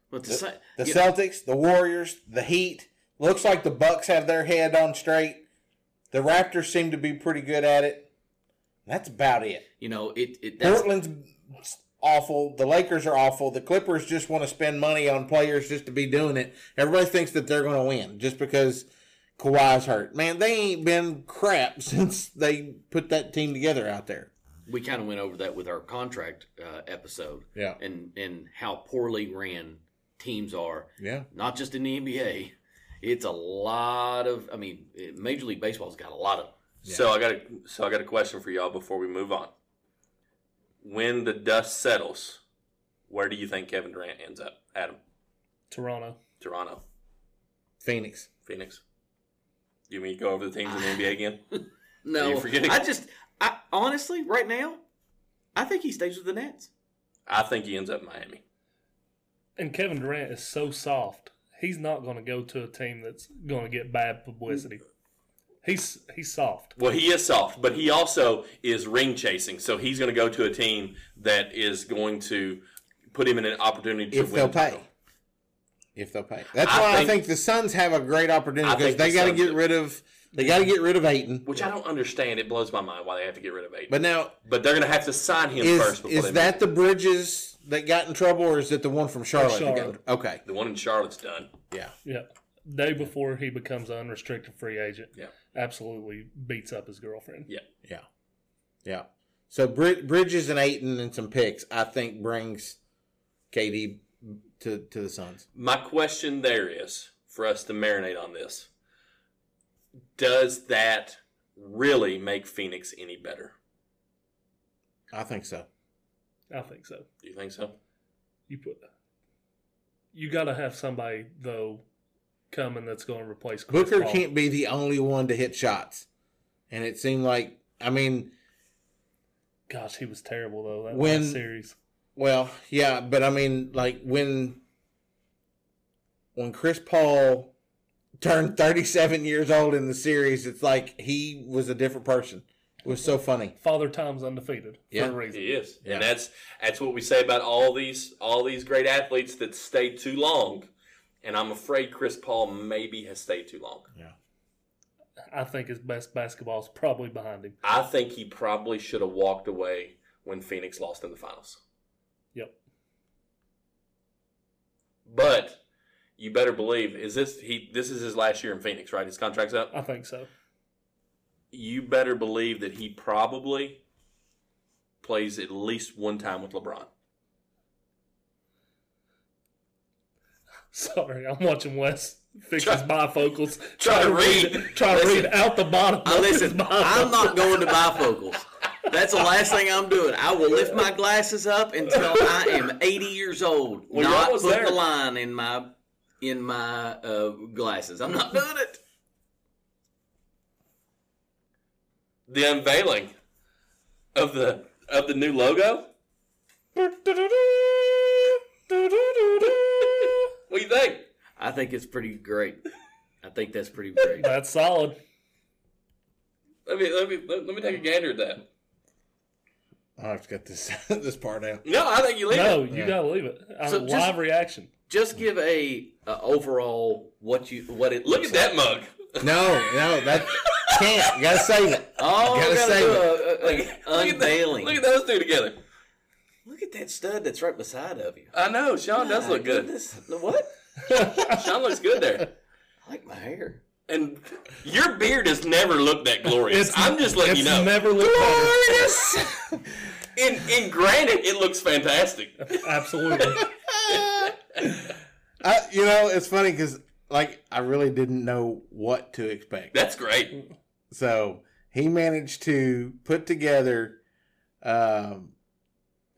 but the,
The,
si-
the
yeah,
Celtics, the Warriors, the Heat. Looks like the Bucks have their head on straight. The Raptors seem to be pretty good at it. That's about it.
you know it. it that's,
Portland's awful. The Lakers are awful. The Clippers just want to spend money on players just to be doing it. Everybody thinks that they're going to win just because Kawhi's hurt. Man, they ain't been crap since they put that team together out there.
we kind of went over that with our contract uh, episode.
Yeah.
and and how poorly ran teams are,
Yeah.
not just in the NBA. It's a lot of. I mean, it- Major League Baseball's got a lot of.
So I got a so I got a question for y'all before we move on. When the dust settles, where do you think Kevin Durant ends up? Adam,
Toronto.
Toronto,
Phoenix.
Phoenix. You mean go over the teams in the NBA again? Are
No,
you forgetting-
I just. I honestly, right now, I think he stays with the Nets.
I think he ends up in Miami.
And Kevin Durant is so soft. He's not going to go to a team that's going to get bad publicity. He's he's soft.
Well, he is soft, but he also is ring chasing. So he's going to go to a team that is going to put him in an opportunity to
If
win.
they'll pay. If they'll pay. That's
I
why
think-
I think the Suns have a great opportunity
I
because
think
they
the
got to
Suns
get
do.
rid of they got to get rid of Ayton.
Which I don't understand. It blows my mind why they have to get rid of Aiden.
But
But,
now
they're going to have to sign him
is
first before
is
they
that the Bridges that got in trouble or is it the one from Charlotte? that got-
Charlotte.
Okay.
the one in Charlotte's done.
Yeah.
Yeah. Day before he becomes an unrestricted free agent.
Yeah.
Absolutely beats up his girlfriend.
Yeah.
Yeah, yeah. So Brid- Bridges and Aiton and some picks, I think, brings KD to to the Suns.
My question there is for us to marinate on this. Does that really make Phoenix any better?
I think so.
I think so.
Do you think so?
You put you got to have somebody though coming that's going to replace Chris
Booker
Paul.
can't be the only one to hit shots, and it seemed like I mean,
Gosh, he was terrible though that
When-
last series.
well, yeah, but I mean, like when when Chris Paul turned thirty seven years old in the series, it's like he was a different person. It was so funny.
Father Time's undefeated
Yeah.
for a reason.
He is,
Yeah.
and that's that's what we say about all these all these great athletes that stay too long. and I'm afraid Chris Paul maybe has stayed too long.
I think his best basketball is probably behind him.
I think he probably should have walked away when Phoenix lost in the finals.
Yep.
But you better believe is this he this is his last year in Phoenix, right? His contract's up.
I think so.
You better believe that he probably plays at least one time with LeBron.
Sorry, I'm watching Wes fix his bifocals.
try to read.
Try to read
Listen.
out the bottom.
I
of his
listen,
bifocals.
I'm not going to bifocals. That's the last thing I'm doing. I will lift my glasses up until I am 80 years old.
Well, y'all
not
was
putting
there.
a line in my in my uh, glasses. I'm not doing it.
The unveiling of the of the new logo. What do you think?
I think it's pretty great. I think that's pretty great.
That's solid.
Let me let me let, let me take a gander at that.
I'll have to get this this part out.
No, I think you leave
No,
it.
you gotta leave it. Uh,
So
live
just-
reaction.
Just give a, a overall what you what it
Look
looks
at that mug.
No, no, that can't. You gotta save it.
Like. Oh,
Gotta
we gotta
save
do a- a-
Look
a
at- look at that-
unveiling.
Look at those two together.
Look at that stud that's right beside of you.
I know Sean does
My
look good.
goodness. What?
Sean looks good there.
I like my hair.
And your beard has never looked that glorious. I'm just letting
it's
you know.
Never looked better.
glorious. in in granite, it looks fantastic.
Absolutely.
I, you know, it's funny because like I really didn't know what to expect.
That's great.
So he managed to put together um,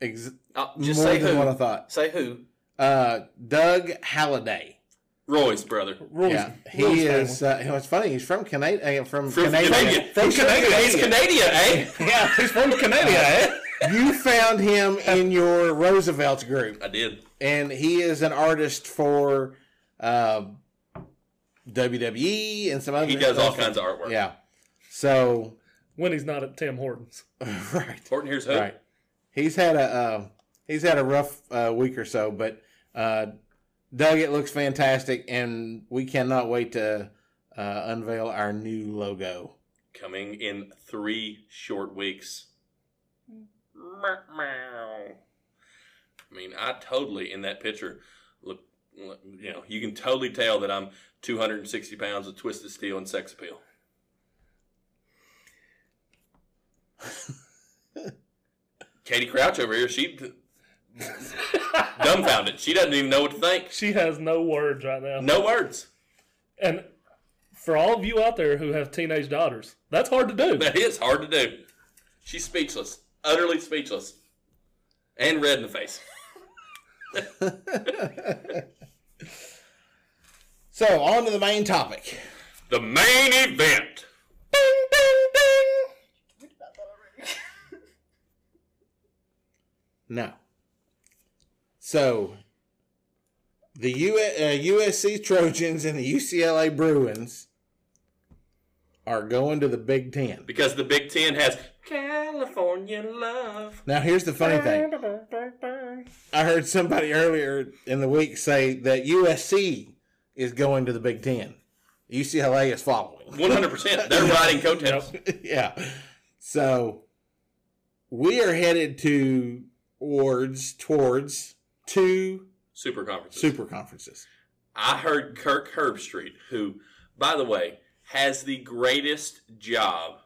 ex-
Uh,
more
just say
than what I
who.
thought.
Say who.
Uh, Doug Halliday.
Roy's brother.
Rules.
Yeah, he
rules
is.
family.
Uh, you know, it's funny. He's from Canada. Uh, from,
From
Canada.
Canada.
From
He's Canadian. He's
Canada.
Canadian, eh?
Yeah, he's from Canada. eh? You found him in your Roosevelt group,
I did.
and he is an artist for um WWE E and some other.
He does all kinds of artwork.
Yeah. So
when he's not at Tim Hortons.
right.
Horton here's who.
Right. He's had a um he's had a rough uh, week or so, but uh, Doug, it looks fantastic, and we cannot wait to uh, unveil our new logo.
Coming in three short weeks. I mean, I totally in that picture look. look, You know, you can totally tell that I'm 260 pounds of twisted steel and sex appeal. Katie Crouch over here, she dumbfounded. She doesn't even know what to think.
She has no words right now.
No words.
And for all of you out there who have teenage daughters, that's hard to do.
That is hard to do. She's speechless, utterly speechless, and red in the face.
So on to the main topic.
The main event.
No. So the U- uh, USC Trojans and the UCLA Bruins are going to the Big Ten.
Because the Big Ten has California love.
Now, here's the funny thing. I heard somebody earlier in the week say that USC is going to the Big Ten. UCLA is following.
100%. They're riding coattails.
yeah. So we are headed to towards towards two
Super conferences.
super conferences.
I heard Kirk Herbstreit, who, by the way, has the greatest job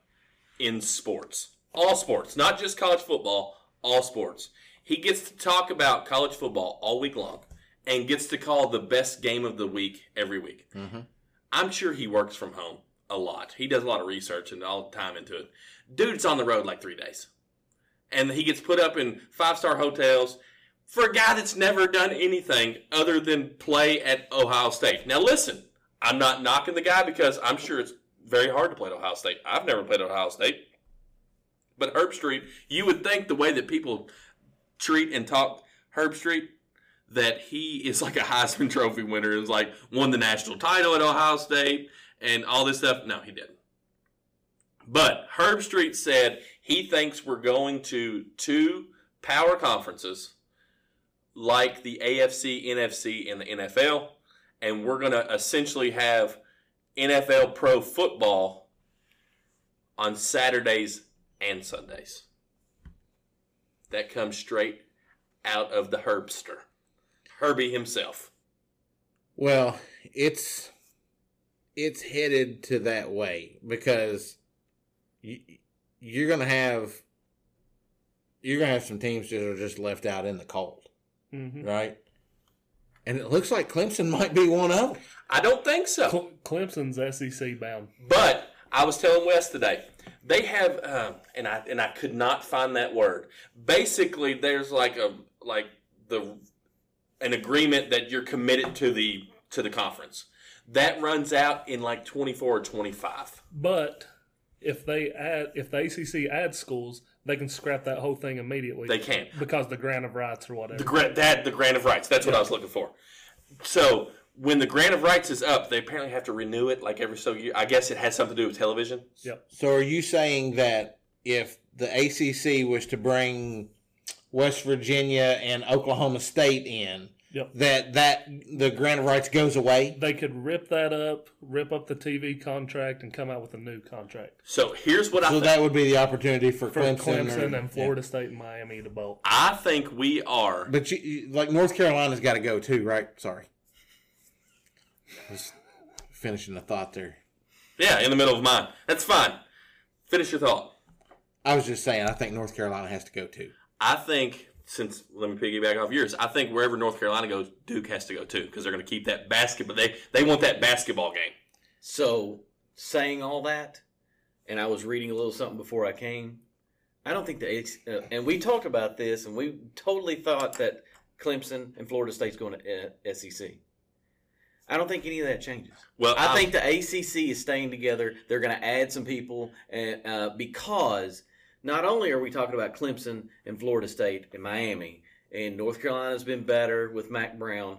in sports. All sports, not just college football, all sports. He gets to talk about college football all week long and gets to call the best game of the week every week. I'm sure he works from home a lot. He does a lot of research and all the time into it. Dude's on the road like three days. And he gets put up in five star hotels for a guy that's never done anything other than play at Ohio State. Now, listen, I'm not knocking the guy because I'm sure it's very hard to play at Ohio State. I've never played at Ohio State. But Herb Street, you would think the way that people treat and talk Herb Street, that he is like a Heisman Trophy winner and is like won the national title at Ohio State and all this stuff. No, he didn't. But Herb Street said he thinks we're going to two power conferences like the AFC, NFC, and the NFL, and we're going to essentially have NFL pro football on Saturdays and Sundays. That comes straight out of the Herbster, Herbie himself.
Well, it's it's headed to that way because you, you're gonna have you're gonna have some teams that are just left out in the cold,
Mhm.
right? And it looks like Clemson might be one of them.
I don't think so.
Cle- Clemson's SEC bound.
But I was telling Wes today, they have, um, and I and I could not find that word. Basically, there's like a like the an agreement that you're committed to the to the conference that runs out in like 24 or 25.
But if they add, if the ACC adds schools, they can scrap that whole thing immediately.
They can.
because the grant of rights or
The
whatever.
grant that the grant of rights. That's what I was looking for. So when the grant of rights is up, they apparently have to renew it like every so year. I guess it has something to do with television.
So are you saying that if the ACC was to bring West Virginia and Oklahoma State in,
Yep.
that that the grant of rights goes away?
They could rip that up, rip up the TV contract, and come out with a new contract
So here's what I
So
think.
that would be the opportunity for
for
Clemson,
Clemson,
or-
and Florida State and Miami to bolt.
I think we are.
But you- you, like North Carolina's got to go too, right? Sorry. Just finishing the thought there.
Yeah, in the middle of mine. That's fine. Finish your thought.
I was just saying, I think North Carolina has to go too.
I think since let me piggyback off yours, I think wherever North Carolina goes, Duke has to go too because they're going to keep that basketball. They they want that basketball game.
So, saying all that, and I was reading a little something before I came. I don't think the ACC uh, and we talked about this, and we totally thought that Clemson and Florida State's going to uh, SEC. I don't think any of that changes.
Well, um,
I
I'm-
think the ACC is staying together. They're going to add some people and, uh, because not only are we talking about Clemson and Florida State and Miami, and North Carolina's been better with Mac Brown.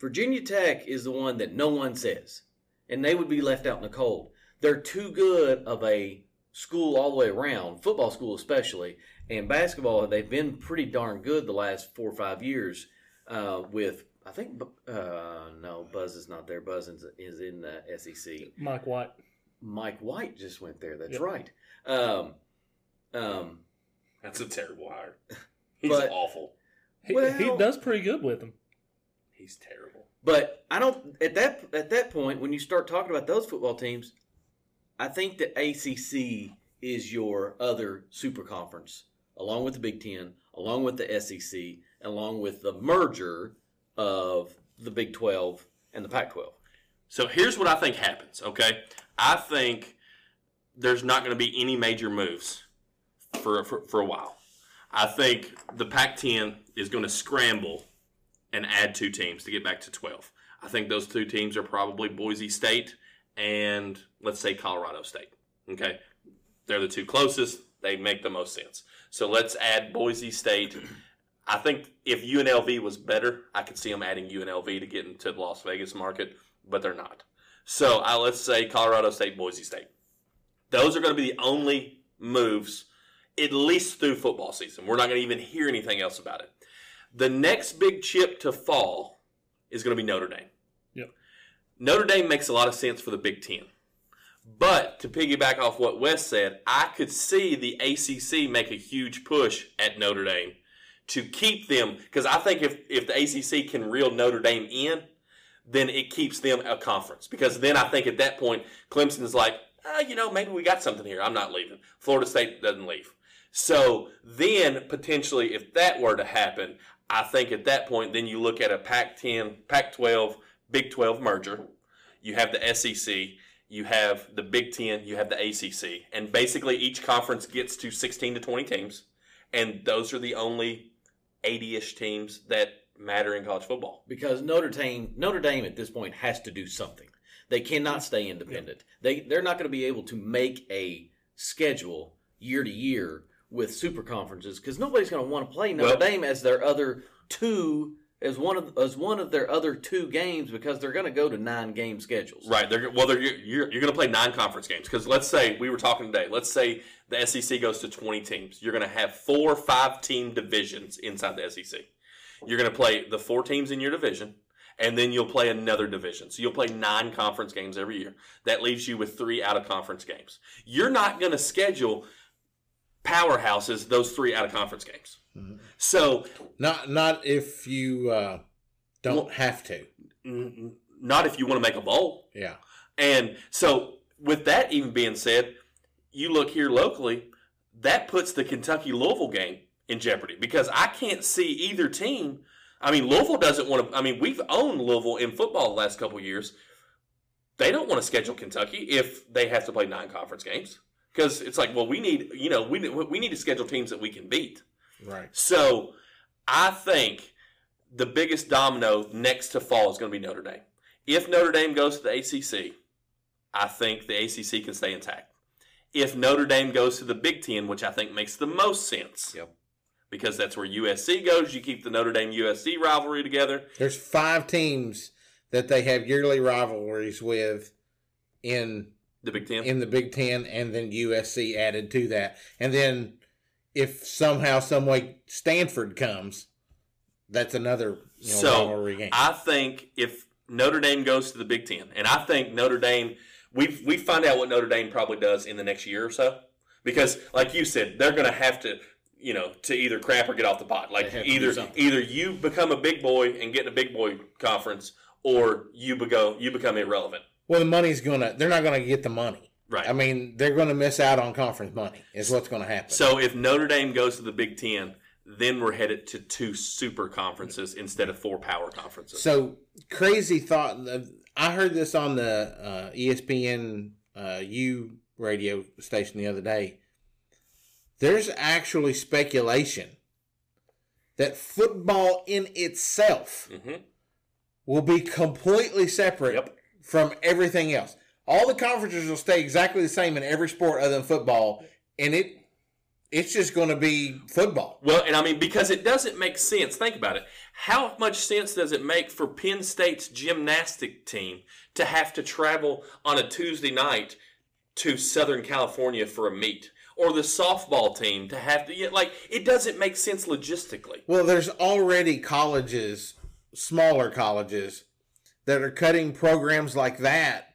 Virginia Tech is the one that no one says, and they would be left out in the cold. They're too good of a school all the way around, football school especially, and basketball. They've been pretty darn good the last four or five years. Uh, with I think Bu- uh, no, Buzz is not there. Buzz is, is in the SEC.
Mike White.
Mike White just went there. That's
Yep.
right. Um, um,
that's a terrible hire. He's
But-
awful.
He,
Well-
he does pretty good with them.
He's terrible.
But I don't at that at that point when you start talking about those football teams, I think that ACC is your other super conference, along with the Big Ten, along with the SEC, along with the merger of the Big Twelve and the Pac twelve.
So here's what I think happens. Okay, I think there's not going to be any major moves for for, for a while. I think the Pac-10 is going to scramble and add two teams to get back to 12. I think those two teams are probably Boise State and let's say Colorado State. Okay, they're the two closest. They make the most sense. So let's add Boise State. I think if UNLV was better, I could see them adding UNLV to get into the Las Vegas market but they're not. So I let's say Colorado State, Boise State. Those are going to be the only moves, at least through football season. We're not going to even hear anything else about it. The next big chip to fall is going to be Notre Dame.
Yep.
Notre Dame makes a lot of sense for the Big Ten. But to piggyback off what Wes said, I could see the ACC make a huge push at Notre Dame to keep them because I think if, if the ACC can reel Notre Dame in, then it keeps them a conference. Because then I think at that point, Clemson is like, ah, you know, maybe we got something here. I'm not leaving. Florida State doesn't leave. So then potentially, if that were to happen, I think at that point, then you look at a Pac 10, Pac 12, Big 12 merger. You have the SEC, you have the Big 10, you have the ACC. And basically, each conference gets to 16 to 20 teams. And those are the only 80 ish teams that matter in college football.
because Notre Dame Notre Dame at this point has to do something. They
Mm-hmm.
cannot stay independent. They they're not going to be able to make a schedule year to year with super conferences because nobody's going to want to play Notre
Well-
Dame as their other two as one of as one of their other two games because they're going to go to nine game schedules.
Right. They're well. They're you're, you're going to play nine conference games because let's say we were talking today. Let's say the SEC goes to twenty teams. You're going to have four E five team divisions inside the SEC. You're going to play the four teams in your division, and then you'll play another division. So you'll play nine conference games every year. That leaves you with three out of conference games. You're not going to schedule powerhouses those three out of conference games. So
Not not if you uh, don't have to.
n- n- not if you want to make a bowl.
Yeah.
And so, with that even being said, you look here locally, that puts the Kentucky Louisville game in jeopardy because I can't see either team. I mean, Louisville doesn't want to. I mean, we've owned Louisville in football the last couple of years. They don't want to schedule Kentucky if they have to play nine conference games because it's like, well, we need you know we we need to schedule teams that we can beat.
Right.
So I think the biggest domino next to fall is going to be Notre Dame. If Notre Dame goes to the ACC, I think the ACC can stay intact. If Notre Dame goes to the Big Ten, which I think makes the most sense,
Yep.
because that's where USC goes, you keep the Notre Dame USC rivalry together.
There's five teams that they have yearly rivalries with in
The Big Ten,
in the Big Ten, and then USC added to that, and then if somehow, some way, Stanford comes, that's another you know,
So,
rivalry game.
I think if Notre Dame goes to the Big Ten, and I think Notre Dame, we we find out what Notre Dame probably does in the next year or so, because like you said, they're going to have to, you know, to either crap or get off the pot. Like
They have to do
either
something.
either you become a big boy and get in a big boy conference, or you go you become irrelevant.
well, the money's gonna. They're not gonna get the money.
Right.
I mean, they're gonna miss out on conference money. Is what's gonna happen.
So if Notre Dame goes to the Big Ten, then we're headed to two super conferences instead of four power conferences.
So crazy thought. the- I heard this on the uh, ESPN uh, U radio station the other day. There's actually speculation that football in itself
Mhm.
will be completely separate
Yep.
from everything else. All the conferences will stay exactly the same in every sport other than football, and it it's just going to be football.
Well, and I mean, because it doesn't make sense. Think about it. How much sense does it make for Penn State's gymnastic team to have to travel on a Tuesday night to Southern California for a meet? Or the softball team to have to, yeah, like, it doesn't make sense logistically.
Well, there's already colleges, smaller colleges, that are cutting programs like that,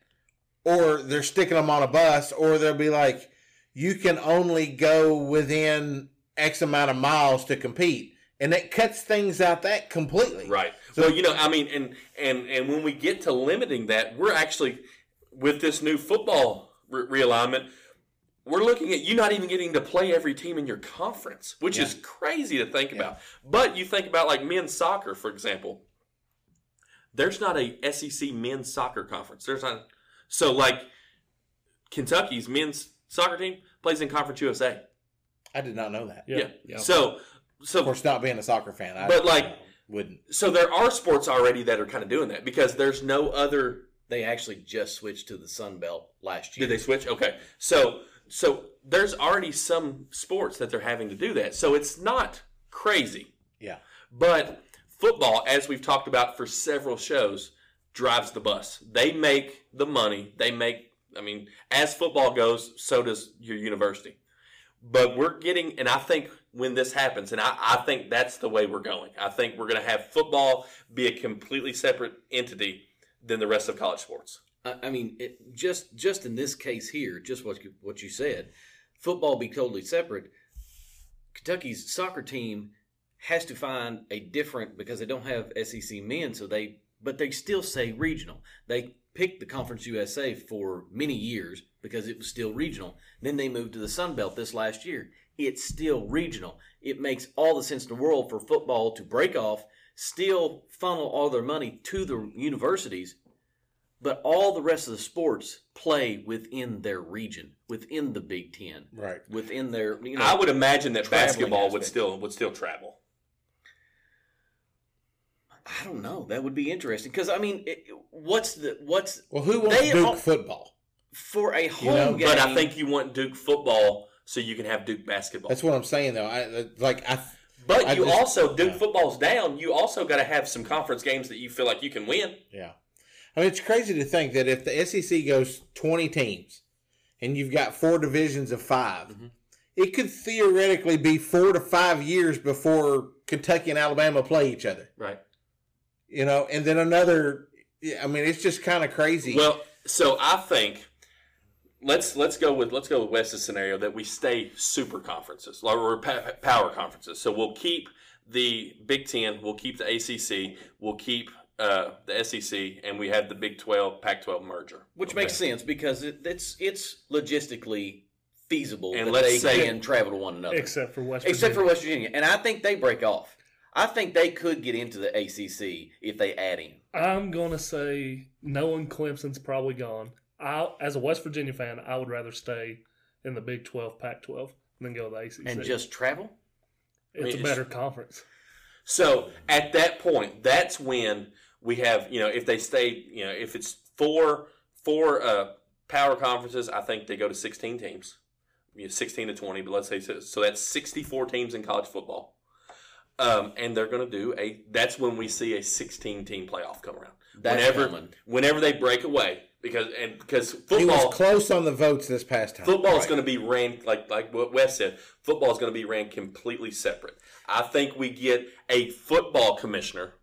or they're sticking them on a bus, or they'll be like, you can only go within X amount of miles to compete. And that cuts things out that completely.
Right. well, you know, I mean, and and and when we get to limiting that, we're actually with this new football re- realignment, we're looking at you not even getting to play every team in your conference, which is crazy to think about. But you think about like men's soccer, for example. There's not a SEC men's soccer conference. There's not. So like Kentucky's men's soccer team plays in Conference USA.
I did not know that.
Yeah. So so
Of course, not being a soccer fan, I
But, like-
uh, wouldn't.
so there are sports already that are kind of doing that because there's no other
They actually just switched to the Sun Belt last year.
Did they switch? Okay. So so there's already some sports that they're having to do that. So it's not crazy.
Yeah.
But football, as we've talked about for several shows, drives the bus. They make the money. They make I mean, as football goes, so does your university. But we're getting and I think when this happens, and I, I think that's the way we're going. I think we're gonna have football be a completely separate entity than the rest of college sports.
I, I mean, it, just just in this case here, just what you, what you said, football be totally separate. Kentucky's soccer team has to find a different because they don't have SEC men, so they but they still say regional. They picked the Conference USA for many years because it was still regional. Then they moved to the Sun Belt this last year. It's still regional. It makes all the sense in the world for football to break off, still funnel all their money to the universities, but all the rest of the sports play within their region, within the Big Ten,
Right.
within their. You know,
I would imagine that
traveling
basketball would
aspect.
still would still travel.
I don't know. That would be interesting because I mean, it, what's the what's
Well, who wants
They
Duke
all-
football?
for a home
know,
game?
But I think you want Duke football so you can have Duke basketball.
That's what I'm saying, though. I like I.
but
I
you
just-
also Duke
yeah.
football's down. You also got to have some conference games that you feel like you can win.
Yeah. I mean, it's crazy to think that if the SEC goes 20 teams and you've got four divisions of 5
Mm-hmm.
it could theoretically be four to five years before Kentucky and Alabama play each other.
Right.
You know, and then another. yeah, I mean, it's just kind of crazy.
Well, so I think let's let's go with let's go with Wes's scenario that we stay super conferences like, or pa- power conferences. So we'll keep the Big Ten, we'll keep the ACC, we'll keep uh, the SEC, and we have the Big Twelve, Pac twelve merger.
Which makes sense because it, it's it's logistically feasible
And
that
let's
they
say-
can travel to one another,
except for West.
except for
Virginia.
West Virginia. And I think they break off. I think they could get into the ACC if they add in.
I'm gonna say knowing Clemson's probably gone. I, as a West Virginia fan, I would rather stay in the Big Twelve, Pac twelve, than go to the ACC.
and just travel.
it's
mean,
a
it's-
better conference.
So at that point, that's when we have you know if they stay you know if it's four four uh, power conferences, I think they go to sixteen teams, you know, sixteen to twenty. But let's say so, so that's sixty four teams in college football, um, and they're going to do a. That's when we see a sixteen team playoff come around.
That's
whenever
coming.
whenever they break away because and because
he was
football
close on the votes this past time.
Football is going to be ran like like what Wes said. Football is going to be ran completely separate. I think we get a football commissioner,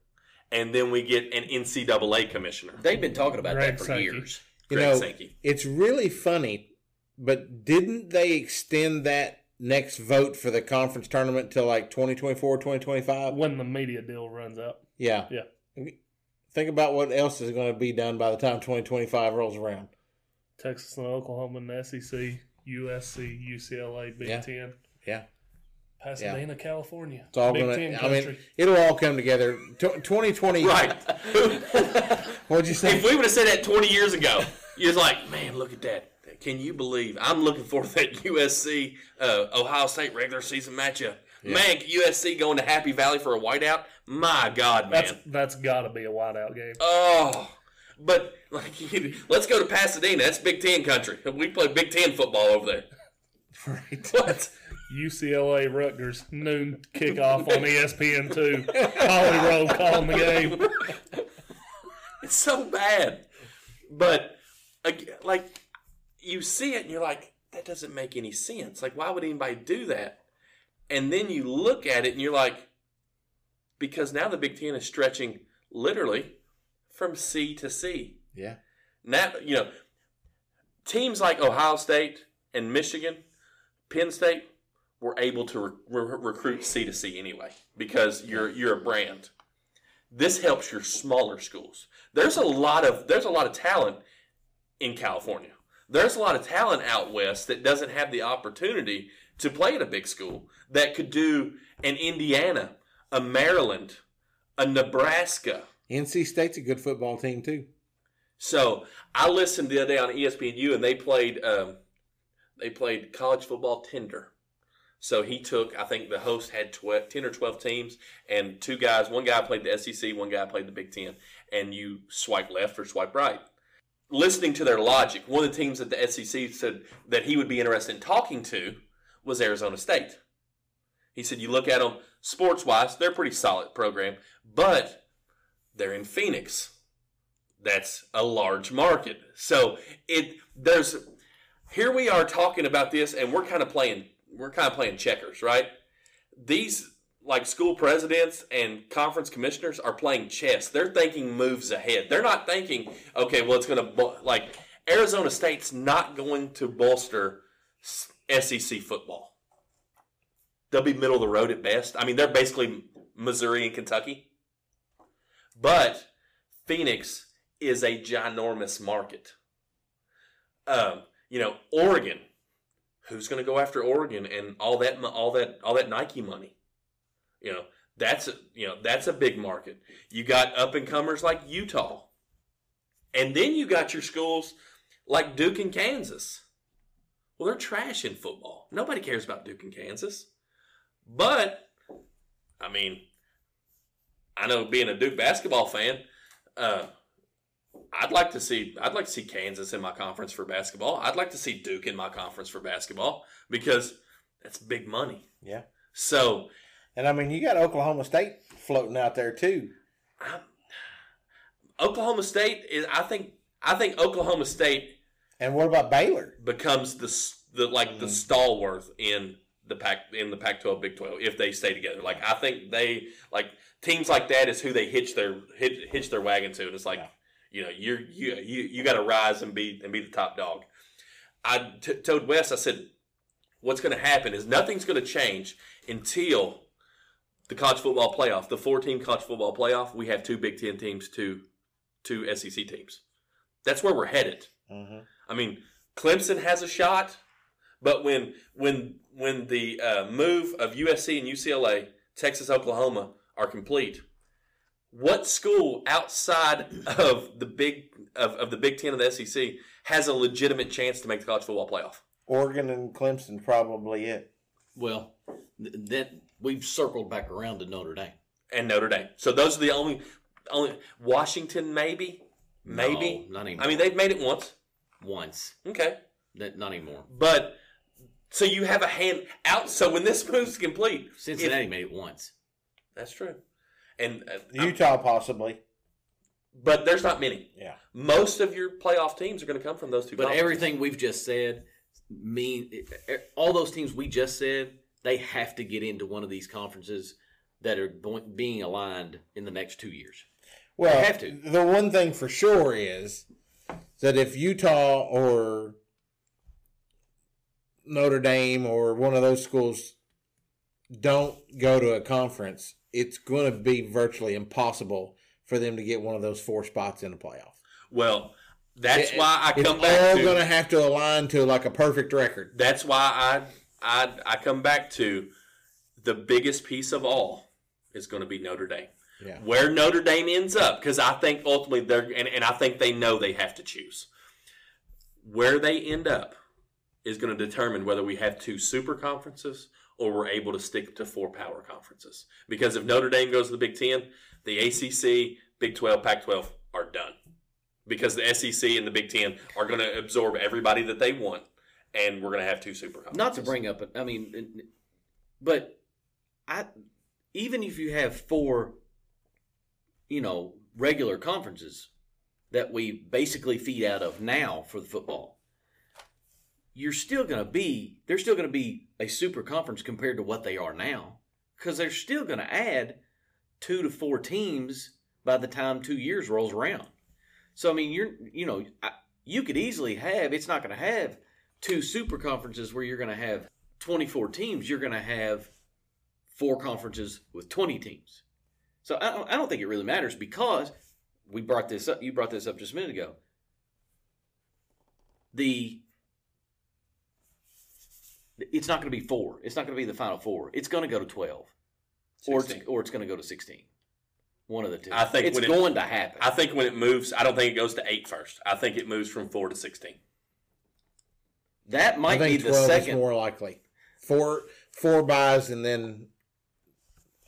and then we get an NCAA commissioner.
They've been talking about
Greg
that for
Sankey.
years.
you
Greg
know,
Sankey.
it's really funny, but didn't they extend that next vote for the conference tournament till like 2024, 2025?
When the media deal runs out,
Yeah. Think about what else is going to be done by the time 2025 rolls around.
Texas and Oklahoma and E the SEC, USC, UCLA, Big
Yeah.
Ten,
Yeah.
Pasadena, California.
It's all
Big
going
Ten
to, I mean,
country.
it'll all come together. Tw 2020,
Right.
what'd you say?
if we would have said that 20 years ago, you're like, man, look at that. Can you believe? I'm looking for that USC uh, Ohio State regular season matchup. Man, USC going to Happy Valley for a whiteout? My God, man.
that's that's got to be a wideout game.
Uh,
Oh, but like, you- let's go to Pasadena. That's Big Ten country. We play Big Ten football over there.
Right.
What?
UCLA Rutgers noon kickoff on E ESPN two. Holly Rowe calling the game.
It's so bad. But ag- like, you see it and you're like, that doesn't make any sense. Like, why would anybody do that? And then you look at it and you're like, because now the Big Ten is stretching literally from sea to sea.
Yeah.
now you know teams like Ohio State and Michigan, Penn State were able to re- re- recruit C to C anyway because you're you're a brand. This helps your smaller schools. There's a lot of there's a lot of talent in California. There's a lot of talent out west that doesn't have the opportunity to play at a big school that could do an Indiana, a Maryland, a Nebraska.
NC State's a good football team, too.
So I listened the other day on E ESPNU, and they played um, they played college football tender. So he took, I think the host had 12, 10 or 12 teams, and two guys, one guy played the SEC, one guy played the Big Ten, and you swipe left or swipe right. Listening to their logic, one of the teams that the SEC said that he would be interested in talking to was Arizona State. He said, You look at them sports wise, they're a pretty solid program, but they're in Phoenix that's a large market. So it there's here we are talking about this and we're kind of playing we're kind of playing checkers, right? These like school presidents and conference commissioners are playing chess. They're thinking moves ahead. They're not thinking, okay, well it's going to bu- like Arizona State's not going to bolster s- SEC football. They'll be middle of the road at best. I mean, they're basically Missouri and Kentucky. But Phoenix is a ginormous market. Um, you know, Oregon. Who's going to go after Oregon and all that, mo- all that, all that Nike money? You know, that's a, you know that's a big market. You got up and comers like Utah, and then you got your schools like Duke and Kansas. Well, they're trash in football. Nobody cares about Duke and Kansas, but I mean, I know being a Duke basketball fan, uh, I'd like to see I'd like to see Kansas in my conference for basketball. I'd like to see Duke in my conference for basketball because that's big money.
Yeah.
So
And I mean, you got Oklahoma State floating out there, too.
I'm, Oklahoma State is I think I think Oklahoma State
And what about Baylor?
becomes the s- the like the stalwart in the pack in the Pac-12, Big 12 if they stay together. Like I think they like teams like that is who they hitch their hitch, hitch their wagon to, and it's like
Yeah.
you know you're you you, you got to rise and be and be the top dog. I t- told Wes, I said, what's going to happen is nothing's going to change until the college football playoff, the four-team college football playoff. We have two Big Ten teams, two two SEC teams. That's where we're headed.
Mhm.
I mean, Clemson has a shot, but when when when the uh, move of USC and UCLA, Texas, Oklahoma are complete, what school outside of the big of, of the Big Ten of the SEC has a legitimate chance to make the college football playoff?
Oregon and Clemson probably it.
Well, th- then we've circled back around to Notre Dame.
And Notre Dame. So those are the only only Washington maybe maybe.
No, not anymore.
I mean, they've made it once.
once,
Okay.
N- not anymore.
But so you have a hand out. So when this move's complete, if-
Cincinnati made it once.
That's true. And uh, I'm-
Utah possibly.
but there's not many.
Yeah.
Most of your playoff teams are going to come from those two.
But
conferences.
everything we've just said mean e, all those teams we just said they have to get into one of these conferences that are bo- being aligned in the next two years.
Well,
They have to.
the one thing for sure is that if Utah or Notre Dame or one of those schools don't go to a conference, it's going to be virtually impossible for them to get one of those four spots in the playoff.
well, that's
It-
why I
it's
come back
all
to.
going to have to align to like a perfect record.
That's why I I I come back to the biggest piece of all is going to be Notre Dame.
Yeah.
Where Notre Dame ends up, because I think ultimately they're and, and I think they know they have to choose. Where they end up is going to determine whether we have two super conferences or we're able to stick to four power conferences. Because if Notre Dame goes to the Big Ten, the ACC, Big Twelve, Pac twelve are done. Because the SEC and the Big Ten are going to absorb everybody that they want, and we're going to have two super conferences.
Not to bring up, I mean, but I even if you have four, you know, regular conferences that we basically feed out of now for the football, you're still going to be they're still going to be a super conference compared to what they are now because they're still going to add two to four teams by the time two years rolls around. So I mean, you're you know, I, you could easily have it's not going to have two super conferences where you're going to have 24 teams, you're going to have four conferences with 20 teams. So I don't, I don't think it really matters because we brought this up. You brought this up just a minute ago. The it's not going to be four. It's not going to be the final four. It's going to go to 12, or it's,
16.
or it's going to go to 16. One of the two.
I think
it's
when it-
going to happen.
I think when it moves, I don't think it goes to eight first. I think it moves from four to sixteen.
that might
I
be
think
the
12
second.
is more likely. Four four buys and then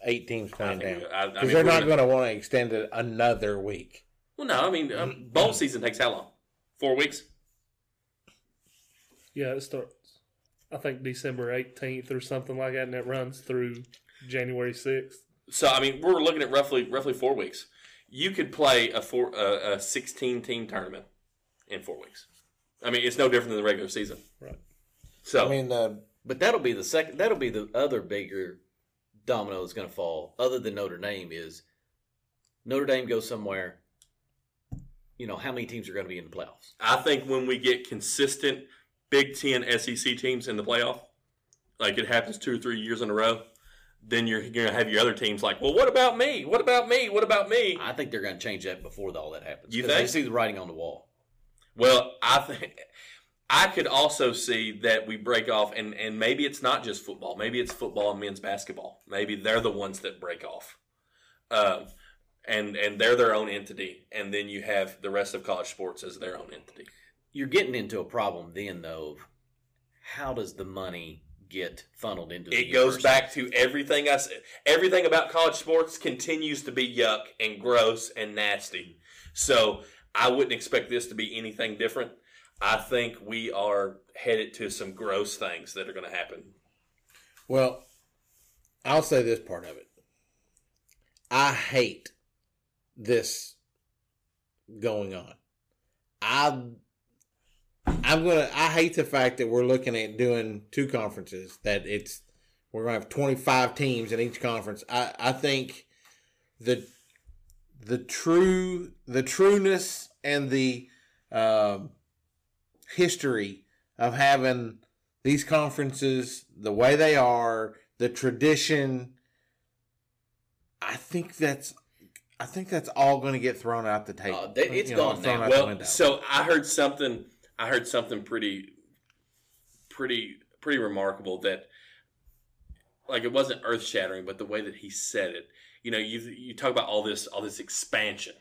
eight teams playing
think-
down.
I- I
Because
mean,
they're
we're
not
gonna-
going to want to extend it another week.
Well, no, I mean, um,
Mm-hmm.
bowl season takes how long? Four weeks?
Yeah, it starts. I think December eighteenth or something like that, and it runs through January sixth.
So, I mean, we're looking at roughly roughly four weeks. You could play a four uh, a sixteen team tournament in four weeks. I mean, it's no different than the regular season.
Right.
So,
I mean, uh,
But that'll be the second. That'll be the other bigger domino that's going to fall, other than Notre Dame. Is Notre Dame goes somewhere? You know how many teams are going to be in the playoffs?
I think when we get consistent Big Ten SEC teams in the playoff, like it happens two or three years in a row, then you're going to have your other teams like, well, what about me? What about me? What about me?
I think they're going to change that before all that happens.
You
'cause They
think?
see the writing on the wall.
Well, I think I could also see that we break off, and and maybe it's not just football. Maybe it's football and men's basketball. Maybe they're the ones that break off, um, and and they're their own entity, and then you have the rest of college sports as their own entity.
You're getting into a problem then, though. Of how does the money get funneled into? the
It goes
university?
back to everything I said. Everything about college sports continues to be yuck and gross and nasty. So I wouldn't expect this to be anything different. I think we are headed to some gross things that are going to happen.
well, I'll say this part of it. I hate this going on. I I'm gonna I hate the fact that we're looking at doing two conferences that it's We're gonna have twenty five teams in each conference. I, I think the the true the trueness and the um history of having these conferences the way they are, the tradition. I think that's I think that's all going to get thrown out the table.
Uh, they, it's
You know,
gone
thrown
now.
out the
Well,
window.
so I heard something. I heard something pretty, pretty, pretty remarkable. That, like, it wasn't earth shattering, but the way that he said it. You know, you you talk about all this, all this expansion.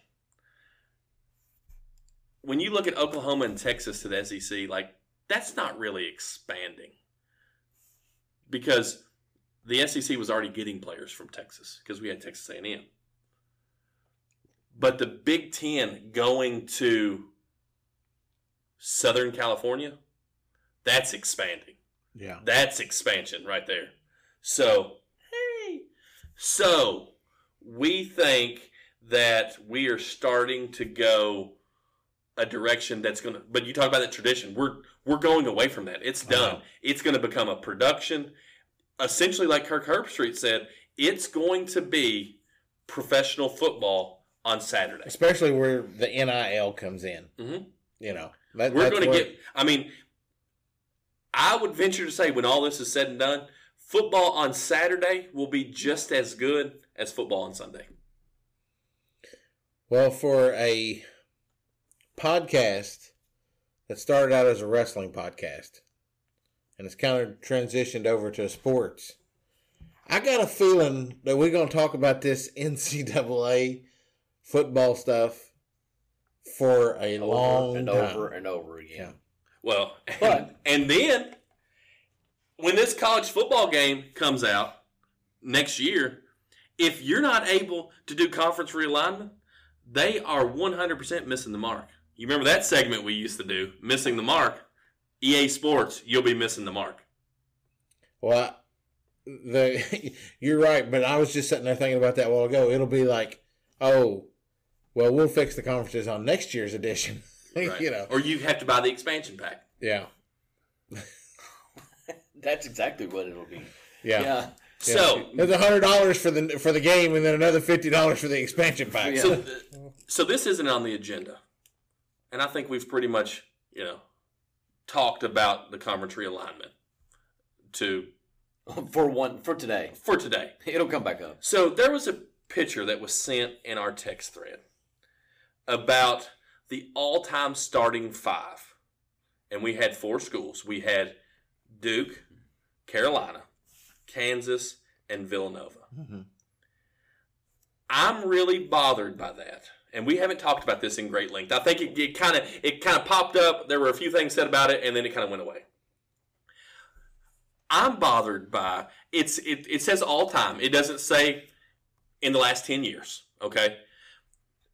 When you look at Oklahoma and Texas to the SEC, like that's not really expanding, because the SEC was already getting players from Texas because we had Texas A and M but the Big Ten going to Southern California, that's expanding.
yeah,
That's expansion right there. So, hey, so we think that we are starting to go a direction that's going to but you talk about that tradition. We're we're going away from that. It's done. It's going to become a production essentially like Kirk Herbstreit said, it's going to be professional football on Saturday.
especially where the NIL comes in.
Mm-hmm.
Mhm.
You know, that,
We're
that's
going to
where-
get. I mean, I would venture to say when all this is said and done, football on Saturday will be just as good as football on Sunday.
Well, for a podcast that started out as a wrestling podcast and it's kind of transitioned over to sports, I got a feeling that we're going to talk about this NCAA football stuff for a long
over and
time.
over and over again.
Well, and,
But-
and then when this college football game comes out next year, if you're not able to do conference realignment, they are 100% missing the mark. You remember that segment we used to do, missing the mark? EA Sports, you'll be missing the mark.
Well, the you're right, but I was just sitting there thinking about that a while ago. It'll be like, oh, well, we'll fix the conferences on next year's edition.
Right.
you know,
Or you have to buy the expansion pack.
yeah,
That's exactly what it'll be.
yeah.
Yeah.
So,
There's a hundred dollars for the for the game, and then another fifty dollars for the expansion pack.
Yeah.
so, th- so this isn't on the agenda, and I think we've pretty much, you know, talked about the conference realignment to
For one, for today,
for today.
it'll come back up.
So there was a picture that was sent in our text thread about the all-time starting five, and we had four schools. We had Duke, Carolina, Kansas, and Villanova. I'm really bothered by that. And we haven't talked about this in great length. I think it, it kind of it kind of popped up. There were a few things said about it, and then it kind of went away. I'm bothered by it's it, it says all time. It doesn't say in the last ten years. Okay,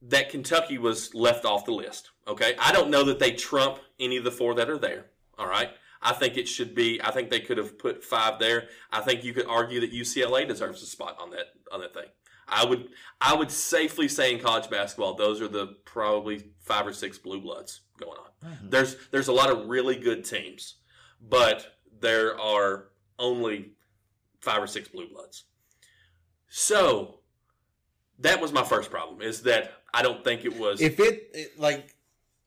that Kentucky was left off the list. Okay, I don't know that they trump any of the four that are there. All right, I think it should be. I think they could have put five there. I think you could argue that UCLA deserves a spot on that on that thing. I would I would safely say in college basketball, those are the probably five or six blue bloods going on.
Mm-hmm.
There's there's a lot of really good teams, but there are only five or six blue bloods. So that was my first problem is that I don't think it was
If it, it like,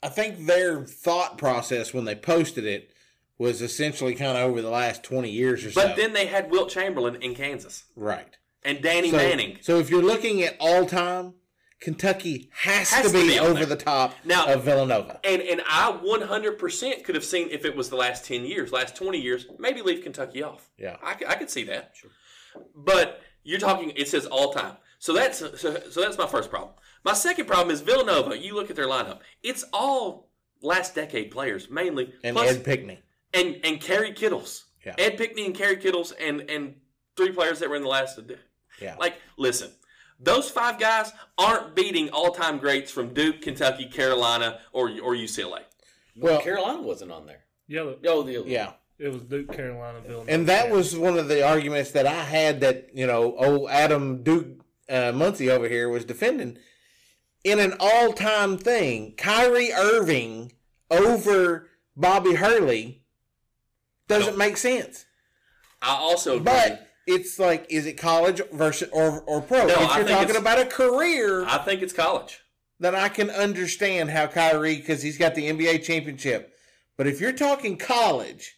I think their thought process when they posted it was essentially kind of over the last twenty years or so.
but then they had Wilt Chamberlain in Kansas
right.
and Danny
So,
Manning.
so if you're looking at all time, Kentucky has,
Has
to be,
to be on
over
there.
the top
Now-
of Villanova.
And and I 100% could have seen if it was the last 10 years, last 20 years, maybe leave Kentucky off.
Yeah.
I, c- I could see that. But you're talking it says all time. So that's so, so that's my first problem. My second problem is Villanova. You look at their lineup. It's all last decade players mainly
And
plus-
Ed Pickney.
and and Kerry Kittles.
Yeah.
Ed Pickney and Kerry Kittles and and three players that were in the last
Yeah.
like, listen, those five guys aren't beating all-time greats from Duke, Kentucky, Carolina, or or UCLA.
Well,
Carolina wasn't on there.
Yeah, look,
Oh, the
yeah.
it was Duke, Carolina, Villanova.
And that was one of the arguments that I had that, you know, old Adam Duke uh, Muncie over here was defending. In an all time thing, Kyrie Irving over Bobby Hurley doesn't
No.
make sense.
I also agree.
But it's like is it college versus or or pro?
No,
if
I
you're
think
talking
it's-
about a career,
I think it's college.
then I can understand how Kyrie because he's got the NBA championship. But if you're talking college,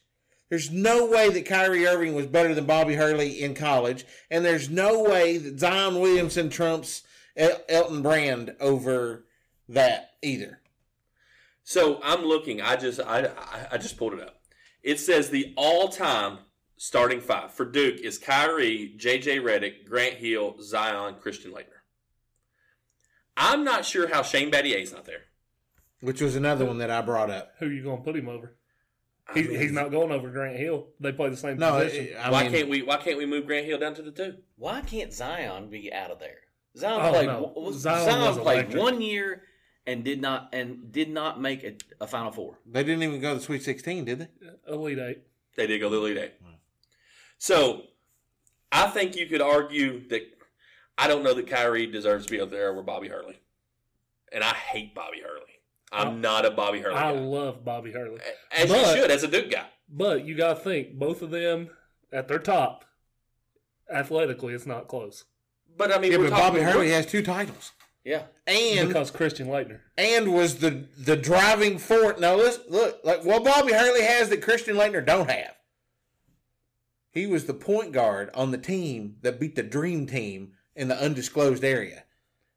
there's no way that Kyrie Irving was better than Bobby Hurley in college, and there's no way that Zion Williamson trumps El- Elton Brand over that either.
So I'm looking. I just I I, I just pulled it up. It says the all-time starting five for Duke is Kyrie, J.J. Redick, Grant Hill, Zion, Christian Leitner. I'm not sure how Shane Battier's not there.
Which was another one that I brought up.
Who you gonna put him over?
I
He's,
mean,
he's not going over Grant Hill. They play the same
No,
position.
it- I
why
mean,
can't we? Why can't we move Grant Hill down to the two?
Why can't Zion be out of there? Zion
Oh,
played.
no.
w-
Zion
Zion,
was
played
electric.
one year and did not and did not make a, a Final Four.
They didn't even go to the Sweet 16, did they?
Elite eight.
They did go to the Elite Eight.
Hmm.
So I think you could argue that I don't know that Kyrie deserves to be up there over Bobby Hurley, and I hate Bobby Hurley. I'm not a Bobby Hurley.
I
guy.
love Bobby Hurley,
As
But-
you should, as a Duke guy.
but you gotta think both of them at their top. Athletically, it's not close
But I mean,
Yeah,
we're
but Bobby
talking,
Hurley
we're-
has two titles.
Yeah,
And
because Christian Leitner.
and was the the driving force. Now let's look like what Bobby Hurley has that Christian Leitner don't have. He was the point guard on the team that beat the dream team in the undisclosed area.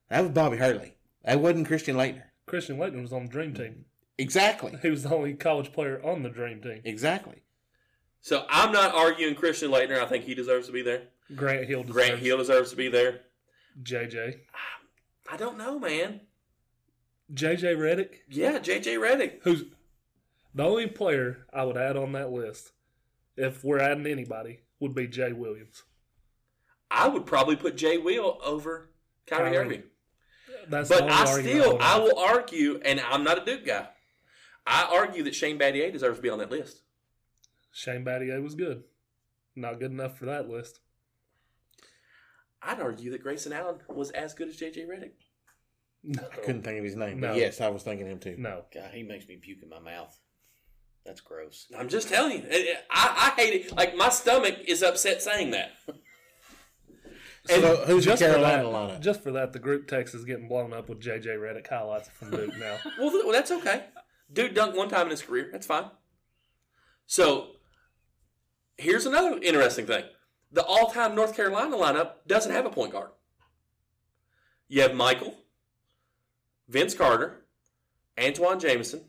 That was Bobby Hurley. That wasn't Christian Leitner.
Christian Leitner was on the dream team.
Exactly.
He was the only college player on the dream team.
Exactly.
So I'm not arguing Christian Leitner. I think he deserves to be there.
Grant Hill deserves
Grant Hill deserves to be there.
JJ.
I don't know, man.
JJ Reddick,
Yeah, JJ Redick.
who's the only player I would add on that list, if we're adding anybody, would be Jay Williams.
I would probably put Jay Will over Kyrie,
Kyrie.
Irving.
That's the
But
only
I
argument
still,
would
I
have.
will argue, and I'm not a Duke guy. I argue that Shane Battier deserves to be on that list.
Shane Battier was good, not good enough for that list.
I'd argue that Grayson Allen was as good as JJ Redick.
No,
I couldn't think of his name, but
No.
yes, I was thinking him too.
no.
God, he makes me puke in my mouth. That's gross.
I'm just telling you. I, I I hate it. Like my stomach is upset saying that.
So who's the
Just for,
Carolina
that,
lineup?
just for that, the group text is getting blown up with JJ Reddick highlights from Duke now.
Well, th- well, that's okay. Dude dunked one time in his career. That's fine. So, here's another interesting thing: the all-time North Carolina lineup doesn't have a point guard. You have Michael, Vince Carter, Antoine Jameson,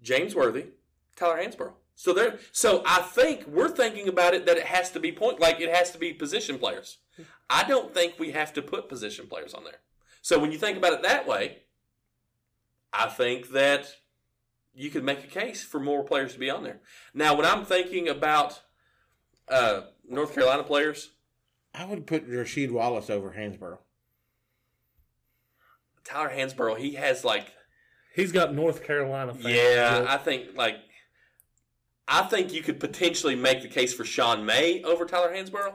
James Worthy, Tyler Hansborough. So there. So I think we're thinking about it that it has to be point, like it has to be position players. I don't think we have to put position players on there. So when you think about it that way, I think that you could make a case for more players to be on there. Now, when I'm thinking about uh, North Carolina players,
I would put Rasheed Wallace over Hansborough.
Tyler Hansborough, he has like,
He's got North Carolina fans.
yeah,
Well,
I think like, I think you could potentially make the case for Sean May over Tyler Hansborough,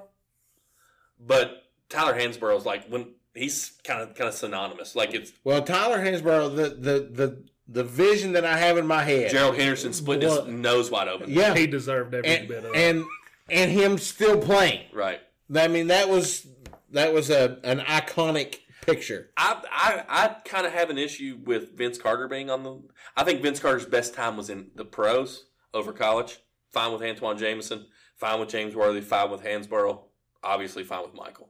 but Tyler Hansborough's like when he's kind of kind of synonymous. Like it's
Well, Tyler Hansborough, the the the the vision that I have in my head.
Gerald Henderson split his
What?
nose wide open.
yeah,
he deserved every
and,
bit of it.
and and him still playing.
Right.
I mean, that was that was a an iconic picture.
I I, I kind of have an issue with Vince Carter being on the. I think Vince Carter's best time was in the pros over college. Fine with Antoine Jameson. Fine with James Worthy. Fine with Hansborough. Obviously, fine with Michael.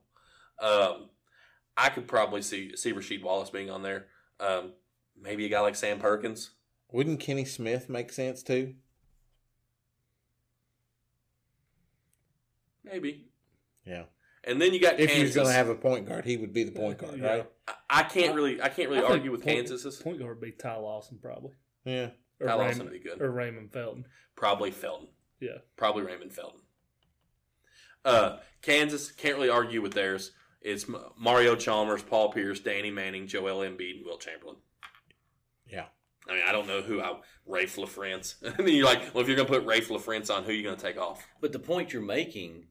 Um, I could probably see see Rasheed Wallace being on there. Um, maybe a guy like Sam Perkins.
Wouldn't Kenny Smith make sense too?
Maybe.
Yeah.
And then you got
If he was
Kansas.
going to have a point guard, he would be the point guard,
Yeah.
right?
I- I can't really I can't really
I think
argue with
point-
Kansas's.
point guard would be Ty Lawson probably.
Yeah.
Or
Ty Lawson
Raymond,
would be good.
Or Raymond Felton.
Probably Felton.
Yeah.
Probably Raymond Felton. Uh, Kansas can't really argue with theirs. It's M- Mario Chalmers, Paul Pierce, Danny Manning, Joel Embiid, and Will Chamberlain.
Yeah.
I mean, I don't know who I Rafe LaFrance. I mean, you're like, well, if you're going to put Rafe LaFrance on, who are you going to take off?
But the point you're making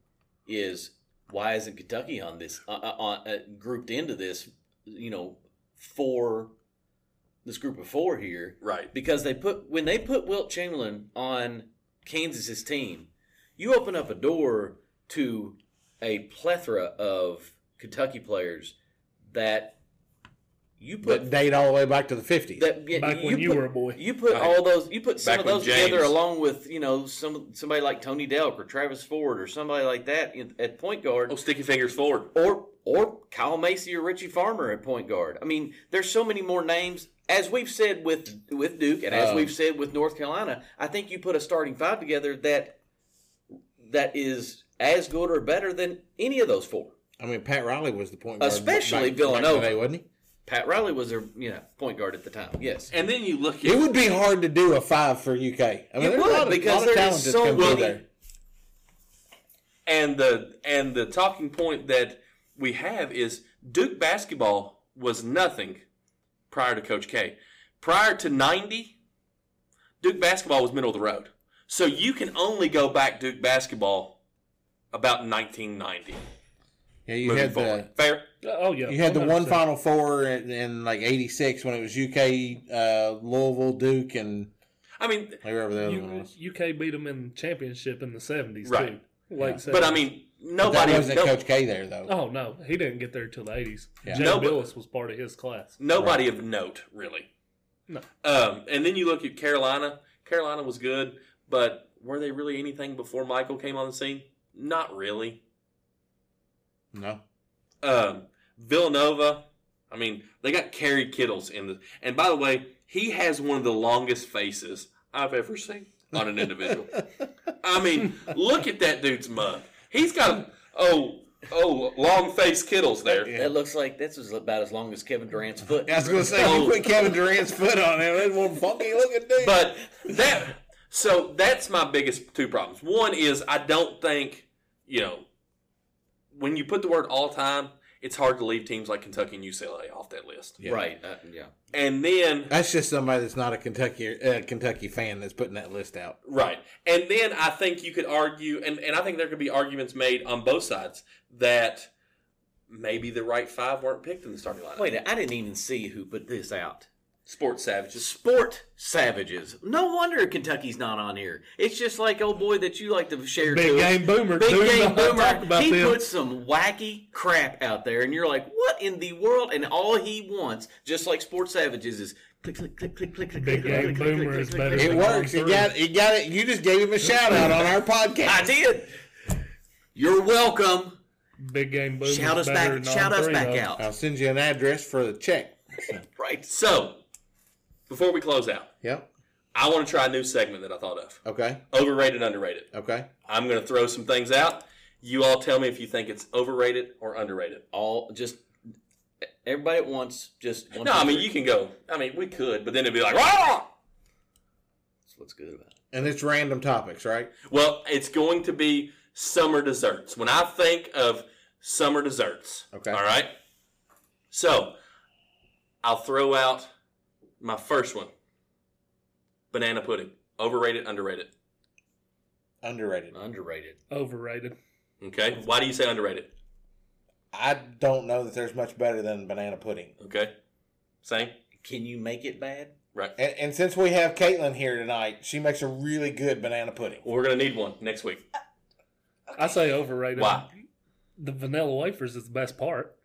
is why isn't Kentucky on this uh, uh, on, uh, grouped into this? You know, four this group of four here
Right.
because they put when they put Wilt Chamberlain on Kansas's team, you open up a door to a plethora of Kentucky players that you put
But date all the way back to the 50s.
that yeah,
Back when you
put-
were a boy.
You put
Right.
all those, you put some
Back
of
when
those together
James-
along with you know some somebody like Tony Delk or Travis Ford or somebody like that in- at point guard,
Oh, sticky fingers forward.
or or Kyle Macy or Richie Farmer at point guard. I mean, there's so many more names. As we've said with with Duke, and as
Um,
we've said with North Carolina, I think you put a starting five together that that is as good or better than any of those four.
I mean, Pat Riley was the point guard.
Especially
back,
Villanova.
Back today, wasn't
Pat Riley was their you know point guard at the time. Yes,
And then you look
he? It
at
would be hard to do a five for UK. I mean,
It
there's
would,
a lot of,
because
lot of
there
talent
is
that's
so
come through
many-
there.
and the and the talking point that we have is Duke basketball was nothing prior to Coach K. Prior to ninety, Duke basketball was middle of the road. So you can only go back Duke basketball about nineteen ninety.
Yeah, you
Moving
had
forward.
the
Fair.
Oh yeah,
you had the one
100%.
Final Four in, in like '86 when it was UK, uh, Louisville, Duke, and
I mean
whoever the other one
U-
was.
UK beat them in championship in the seventies
Right.
too. Late
but I
70s.
mean
That
nobody
wasn't
no-
Coach K there though.
oh no, he didn't get there till the eighties.
Yeah.
Jay
No, but-
Billis was part of his class.
Nobody of note, really.
No.
Um, and then you look at Carolina. Carolina was good, but were they really anything before Michael came on the scene? Not really.
No,
Um, Villanova. I mean, they got Kerry Kittles in the. And by the way, he has one of the longest faces I've ever seen on an individual. I mean, look at that dude's mug. He's got oh oh long face Kittles there.
that looks like this is about as long as Kevin Durant's foot.
I was gonna say
Oh.
you put Kevin Durant's foot on him. That's one funky looking dude.
but that so that's my biggest two problems. One is I don't think you know when you put the word all time, it's hard to leave teams like Kentucky and UCLA off that list.
Yeah.
Right? Uh, yeah.
And then
That's just somebody that's not a Kentucky uh, Kentucky fan that's putting that list out.
right, and then I think you could argue, and and I think there could be arguments made on both sides that maybe the right five weren't picked in the starting lineup.
Wait, I didn't even see who put this out.
Sports savages.
Sport savages. No wonder Kentucky's not on here. It's just like old boy that you like to share.
Big
to us.
game boomer.
Big
Do
game
not talk
boomer.
about
He
them.
puts some wacky crap out there, and you're like, "What in the world?" And all he wants, just like Sport Savages, is click, click, click, click, click, click,
Big
click,
game
click, click,
boomer
click,
is
click,
better.
click,
It
Like
works.
going
It
through.
got it got it. You just gave him a shout out on our
click." I
podcast.
did. You're welcome.
Big game boomer.
Shout us back. Shout us back out.
I'll send you an address for the check.
Right.
So before we close out,
Yep.
I want to try a new segment that I thought of:
Okay.
overrated, underrated.
Okay.
I'm going to throw some things out. You all tell me if you think it's overrated or underrated.
All just everybody at once. Just one
No, I
two,
mean
three.
you can go. I mean we could, but then it'd be like, Rah!
That's what's good about it.
And it's random topics, right?
well, it's going to be summer desserts. When I think of summer desserts,
Okay.
all right. So I'll throw out my first one: banana pudding. Overrated, underrated.
Underrated.
Underrated.
Overrated.
Okay. Why do you say underrated?
I don't know that there's much better than banana pudding.
Okay. Same.
Can you make it bad?
Right.
And, and since we have Caitlin here tonight, she makes a really good banana pudding.
We're gonna need one next week.
I say overrated.
Why?
The vanilla wafers is the best part.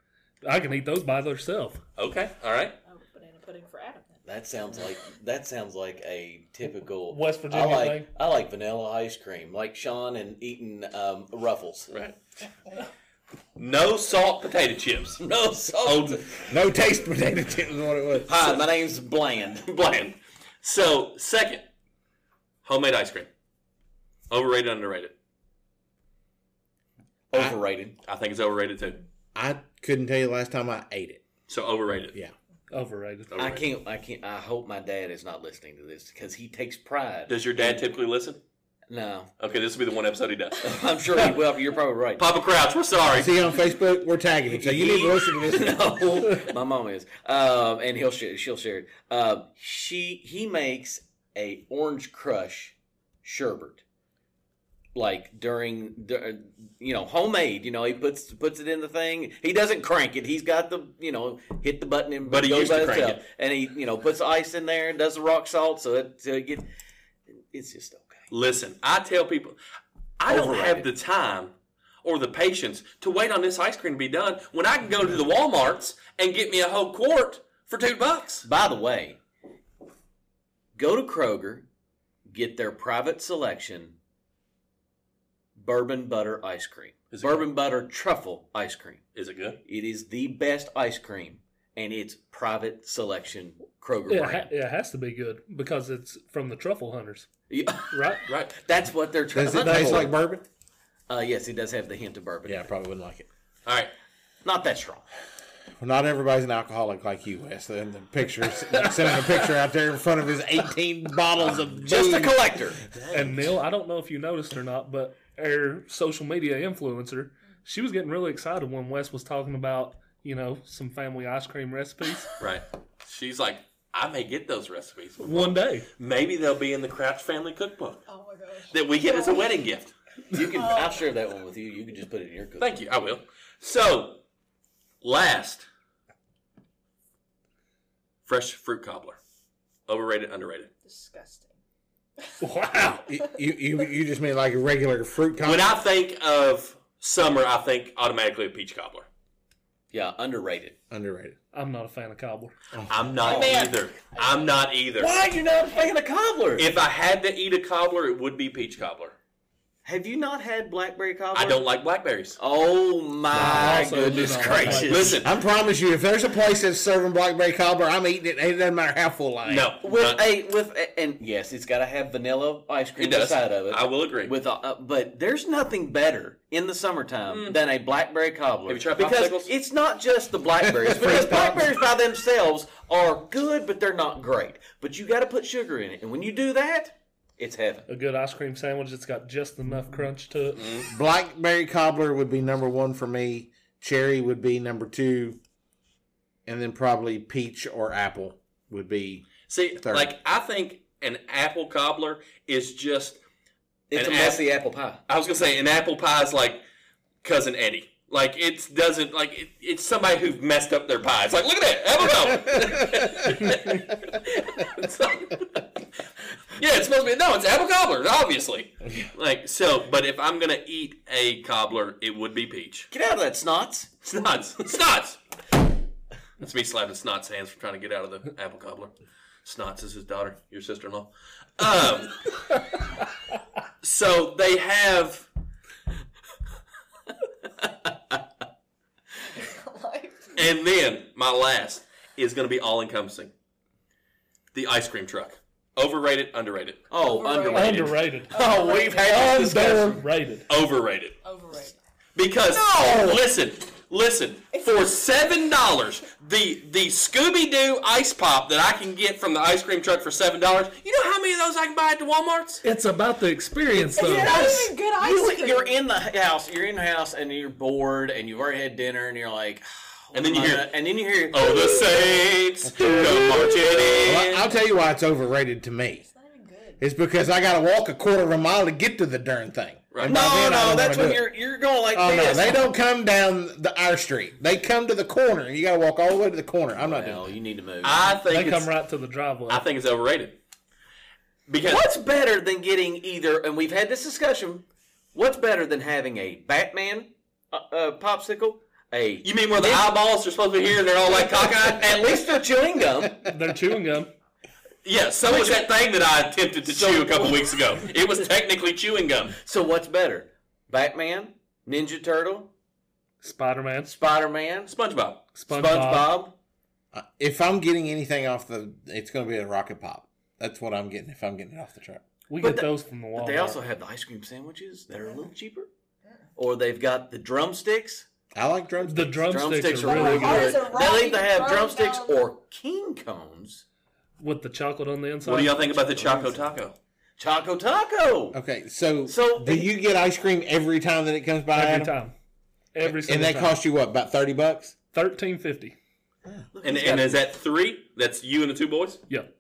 I can eat those by themselves.
Okay. All right.
Oh, banana pudding for Adam. Then.
That sounds like that sounds like a typical
West Virginia
I like
thing?
I like vanilla ice cream, like Sean and eating um, Ruffles.
Right. No salt potato chips.
No salt.
Old
No taste potato chip is what it was.
Hi, my name's Bland.
bland. So second, homemade ice cream. Overrated, underrated.
Overrated.
I think it's overrated too.
I couldn't tell you the last time I ate it.
So overrated.
Yeah.
Overrated.
I
Overrated.
can't. I can't. I hope my dad is not listening to this because he takes pride.
Does your dad typically listen?
no,
Okay, this will be the one episode he does.
I'm sure he will. You're probably right.
Papa Crouch, we're sorry.
See on Facebook, we're tagging him, so you need to listen to this.
no, my mom is, um, and he'll share, she'll share it. Um, she he makes a orange crush sherbet, like during dur- you know homemade. You know he puts puts it in the thing. He doesn't crank it. He's got the you know hit the button and
But he
goes
used to
by
crank
itself.
it.
and he you know puts ice in there and does the rock salt so it so it get it's just okay.
Listen, I tell people I don't have
Overrated.
the time or the patience to wait on this ice cream to be done when I can go to the Walmarts and get me a whole quart for two bucks.
By the way, go to Kroger, get their private selection bourbon butter ice cream.
Is it
bourbon butter truffle ice cream.
Is it good?
It is the best ice cream, and it's private selection Kroger
It, ha-
brand.
it has to be good because it's from the truffle hunters,
Yeah.
right?
Right.
That's what they're trying
Does
to
it taste like bourbon?
Uh, yes, it does have the hint of bourbon.
Yeah, I probably wouldn't like it.
All right.
Not that strong.
Well, not everybody's an alcoholic like you, Wes. And the pictures, sending a picture out there in front of his 18 bottles of
Just a
booze.
collector.
And Neil, I don't know if you noticed or not, but our social media influencer, she was getting really excited when Wes was talking about, you know, some family ice cream recipes.
Right. She's like, I may get those recipes.
One day.
Maybe they'll be in the Crouch family cookbook
Oh my gosh.
that we get as a wedding gift.
You can. I'll share that one with you. You can just put it in your cookbook.
Thank you. I will. So, last, fresh fruit cobbler. Overrated, underrated.
Disgusting.
Wow.
You, you, you just mean like a regular fruit
Oh.
When
cocktail?
I think of summer, I think automatically of peach cobbler.
Yeah, underrated.
Underrated.
I'm not a fan of cobbler.
I'm not
man.
either. I'm not either.
Why are you not a fan of cobbler?
If I had to eat a cobbler, it would be peach cobbler.
Have you not had blackberry cobbler?
I don't like blackberries.
Oh my
also
goodness
do not
gracious!
like-
Listen,
I promise you, if there's a place that's serving blackberry cobbler, I'm eating it. It doesn't matter how full I am.
no.
with
not-
a with a, and yes, it's got to have vanilla ice cream
it does.
inside of it.
I will agree.
With a, uh, but there's nothing better in the summertime than a blackberry cobbler.
Have you tried
because
popsicles?
it's not just the blackberries. because blackberries by themselves are good, but they're not great. But you got to put sugar in it, and when you do that, it's heaven.
A good ice cream sandwich that's got just enough crunch to it.
Blackberry cobbler would be number one for me. Cherry would be number two, and then probably peach or apple would be.
See,
Third.
like I think an apple cobbler is just.
It's
An
a messy apple pie.
I was gonna say an apple pie is like cousin Eddie. Like it doesn't like it, it's somebody who messed up their pie. It's like look at that apple cobbler. It's like- yeah, it's supposed to be no, it's apple cobbler, obviously. Like so, but if I'm gonna eat a cobbler, it would be peach.
Get out of that, snots.
Snots, snots. That's me slapping Snots' hands for trying to get out of the apple cobbler. Snots is his daughter, your sister-in-law. Um, so they have
Like,
And then my last is going to be all encompassing. The ice cream truck. Overrated, underrated.
Oh,
Overrated.
underrated.
Underrated.
Oh, we've had this discussion.
Underrated.
Overrated.
overrated.
Because oh, listen, listen. For seven dollars, the the Scooby Doo ice pop that I can get from the ice cream truck for seven dollars. You know how many of those I can buy at the Walmart's?
It's about the experience, though.
Yeah. Not even good ice
you,
cream.
You're in the house. You're in the house, and you're bored, and you've already had dinner, and you're like,
And then you
"Am I
hear-
gonna-" and then you hear,
Oh, the Saints go marching
Well,
in.
I'll tell you why it's overrated to me.
It's not even good.
It's because I got to walk a quarter of a mile to get to the darn thing.
Right.
And by
no,
then, I
no,
don't
that's
wanna
when
do it.
you're you're going like
Oh no,
this.
they don't come down the our street. They come to the corner, and you got to walk all the way to the corner. I'm not
Well,
doing.
you need to move.
I
They
think
come
it's,
right to the driveway.
I think it's overrated. Because
what's better than getting either? And we've had this discussion. What's better than having a Batman uh, uh, popsicle? A
you mean where the eyeballs are supposed to be here and they're all like cockeyed?
at least they're chewing gum.
They're chewing gum.
Yeah, so was that thing that I attempted to chew a couple weeks ago. It was technically chewing gum.
so what's better, Batman, Ninja Turtle,
Spider Man.
Spider Man,
SpongeBob.
SpongeBob.
SpongeBob?
Uh, If I'm getting anything off the, it's going to be a rocket pop. That's what I'm getting if I'm getting it off the truck.
We
But
get
the-
those from the Walmart.
But they also have the ice cream sandwiches that are a little cheaper. Or they've got the drumsticks.
I like drums.
the drumsticks,
Drumsticks
are really
Oh,
good
it's a
They'll either have
rotten
drumsticks
dog.
or king cones.
with the chocolate on the inside.
What do y'all think about the Choco Taco?
Choco Taco.
Okay, so
So-
do you get ice cream every time that it comes by?
Every
Adam?
time. Every
and
single
that
time.
costs you what? About thirty bucks?
Thirteen fifty.
And, and is that three? That's you and the two boys?
Yep.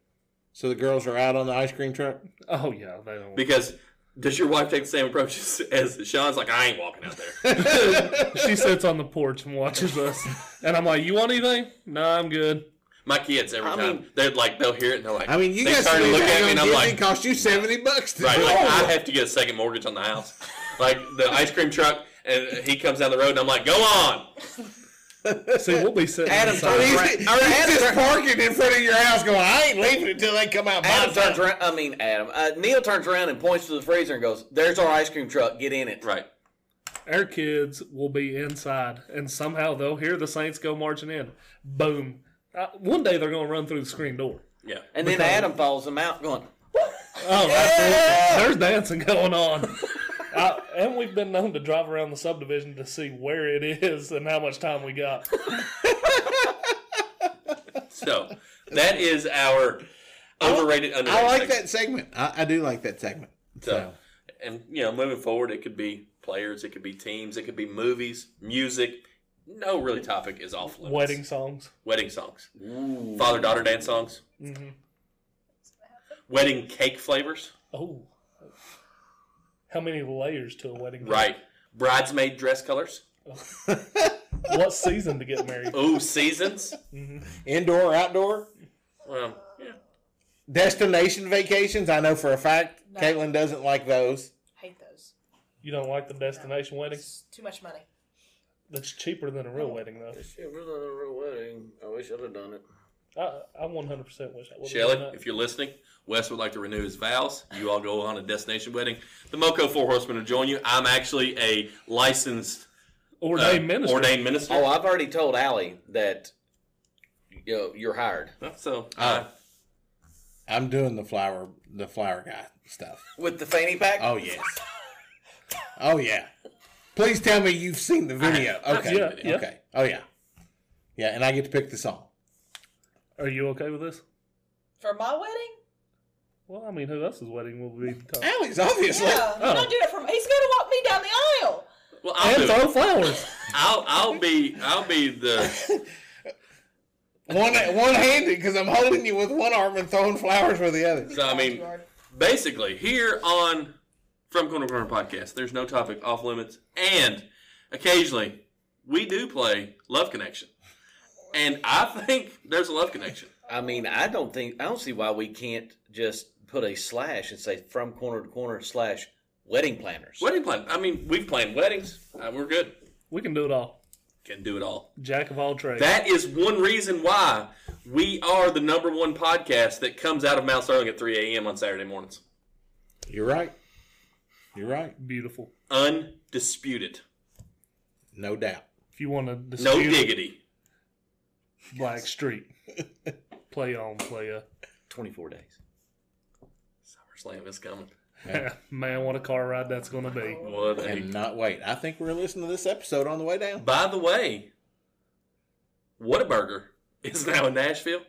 So the girls are out on the ice cream truck.
Oh yeah, they don't.
Because does your wife take the same approach as- as Sean's? Like, I ain't walking out there.
she sits on the porch and watches us, and I'm like, "You want anything? No, I'm good."
My kids, every
I
time,
mean-
they're like, they'll hear it and they're like,
I mean, you
they
guys
turn and look at me and I'm
it
like,
cost you seventy bucks to
right,
do
like,
it.
I have to get a second mortgage on the house. Like the ice cream truck, and he comes down the road, and I'm like, "Go on!"
See, we'll be sitting.
Adam
outside.
Tony-
He's,
Right.
he's
All right,
just
Adam-
parking in front of your house going, I ain't leaving until they come out.
Adam
Adam
turns around. I mean, Adam. Uh, Neil turns around and points to the freezer and goes, "There's our ice cream truck. Get in it."
Right.
Our kids will be inside, and somehow they'll hear the Saints go marching in. Boom. Uh, one day they're going to run through the screen door.
Yeah.
And then Adam follows him out, going,
Oh, absolutely. There's dancing going on. Uh, and we've been known to drive around the subdivision to see where it is and how much time we got.
So that is our overrated. underrated
I like
segment.
that segment. I, I do like that segment.
So, and you know, moving forward, it could be players, it could be teams, it could be movies, music. No really topic is off limits.
Wedding songs.
wedding songs, father daughter dance songs,
Mm-hmm.
wedding cake flavors,
Oh. How many layers to a wedding?
right? Bridesmaid dress colors.
What season to get married?
Ooh, seasons.
Indoor, outdoor,
Well, yeah.
destination vacations. I know for a fact Caitlin doesn't like those.
Hate those.
You don't like the destination wedding?
It's too much money.
That's cheaper than a real wedding, though.
"It was a real wedding. I wish I'd have done it."
I, I 100% wish I would have
Shelly,
done that.
if you're listening, Wes would like to renew his vows. You all go on a destination wedding. The Moco Four Horsemen will join you. I'm actually a licensed uh,
Ordained minister.
Ordained minister.
Oh, I've already told Allie that you know, you're hired.
So uh,
I'm doing the flower, the flower guy stuff.
With the fanny pack?
Oh yes. oh yeah. Please tell me you've seen the video. Okay.
Yeah, yeah.
Okay. Oh yeah. Yeah, and I get to pick the song.
Are you okay with this?
For my wedding?
Well, I mean, who else's wedding will we be talking
Allie's obviously.
Yeah. You don't do it for me. He's going to walk me down the aisle.
well, I'll do
And
it.
throw flowers.
I'll I'll be I'll be the
One one handed because I'm holding you with one arm and throwing flowers with the other.
So I mean,
Backyard.
basically, here on From Corner to Corner podcast, there's no topic off limits, and occasionally we do play Love Connection, and I think there's a Love Connection.
I mean, I don't think I don't see why we can't just put a slash and say from corner to corner slash wedding planners.
Wedding plan. I mean, we've planned weddings. Uh, we're good.
We can do it all.
Can do it all.
Jack of all trades.
That is one reason why we are the number one podcast that comes out of Mount Sterling at 3 a.m. on Saturday mornings.
You're right. You're right.
Beautiful.
Undisputed.
No doubt.
If you want to
No
dispute
diggity.
Black Street, play on, playa.
Twenty four days.
SummerSlam is coming.
Man, what a car ride that's going to be.
What a
And not wait. I think we're gonna listen to this episode on the way down.
By the way, Whataburger is now in Nashville.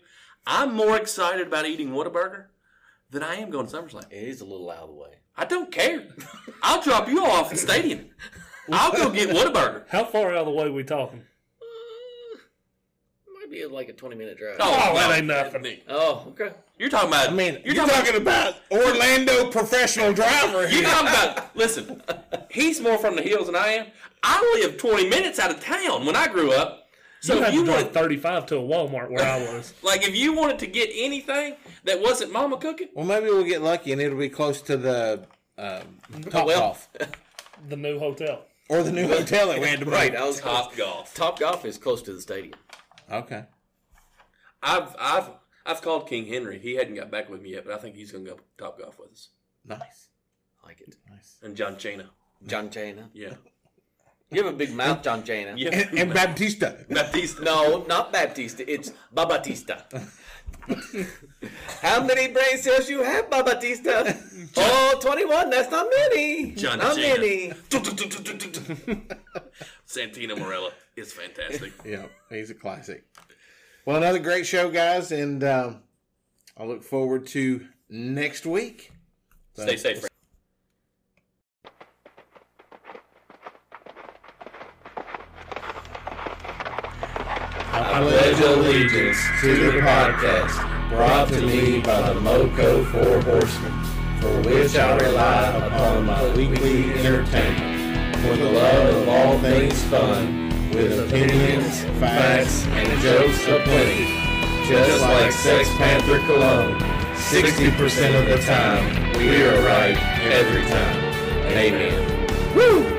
I'm more excited about eating Whataburger than I am going to SummerSlam.
It is a little out of the way.
I don't care. I'll drop you all off at the stadium. I'll go get Whataburger.
How far out of the way we talking?
Might be like a twenty minute drive.
Oh,
that
no.
ain't nothing.
Oh, okay.
You're talking about.
I mean,
you're,
you're,
talking,
talking about Orlando professional driver.
about. You're talking about. Listen, he's more from the hills than I am. I live 20 minutes out of town when I grew up. So
You
if
had
you
to drive
wanted,
35 to a Walmart where I was.
like, if you wanted to get anything that wasn't Mama cooking,
Well, maybe we'll get lucky and it'll be close to the um, top
well.
off
The new hotel.
or the new hotel that we had to buy.
Right, I was
Top Golf.
Top Golf is close to the stadium.
Okay.
I've I've I've called King Henry. He hadn't got back with me yet, but I think he's gonna go top golf with us.
Nice.
I like it.
Nice.
And John Chena.
John Chana.
Yeah.
You have a big mouth, John Chana.
Yeah.
And, and Baptista.
Baptiste.
No, not Baptista. It's Babatista. How many brain cells you have, Babatista? oh, 21. That's not many.
John
not
Cena.
many.
Santino Morella is fantastic.
Yeah, he's a classic. Well, another great show, guys, and um, I look forward to next week.
Stay safe. friend.
I pledge allegiance to the podcast brought to me by the Moco Four Horsemen, for which I rely upon my weekly entertainment, for the love of all things fun, with opinions, facts, and jokes aplenty. Just like Sex Panther Cologne, 60% of the time, we are right every time. Amen. Woo!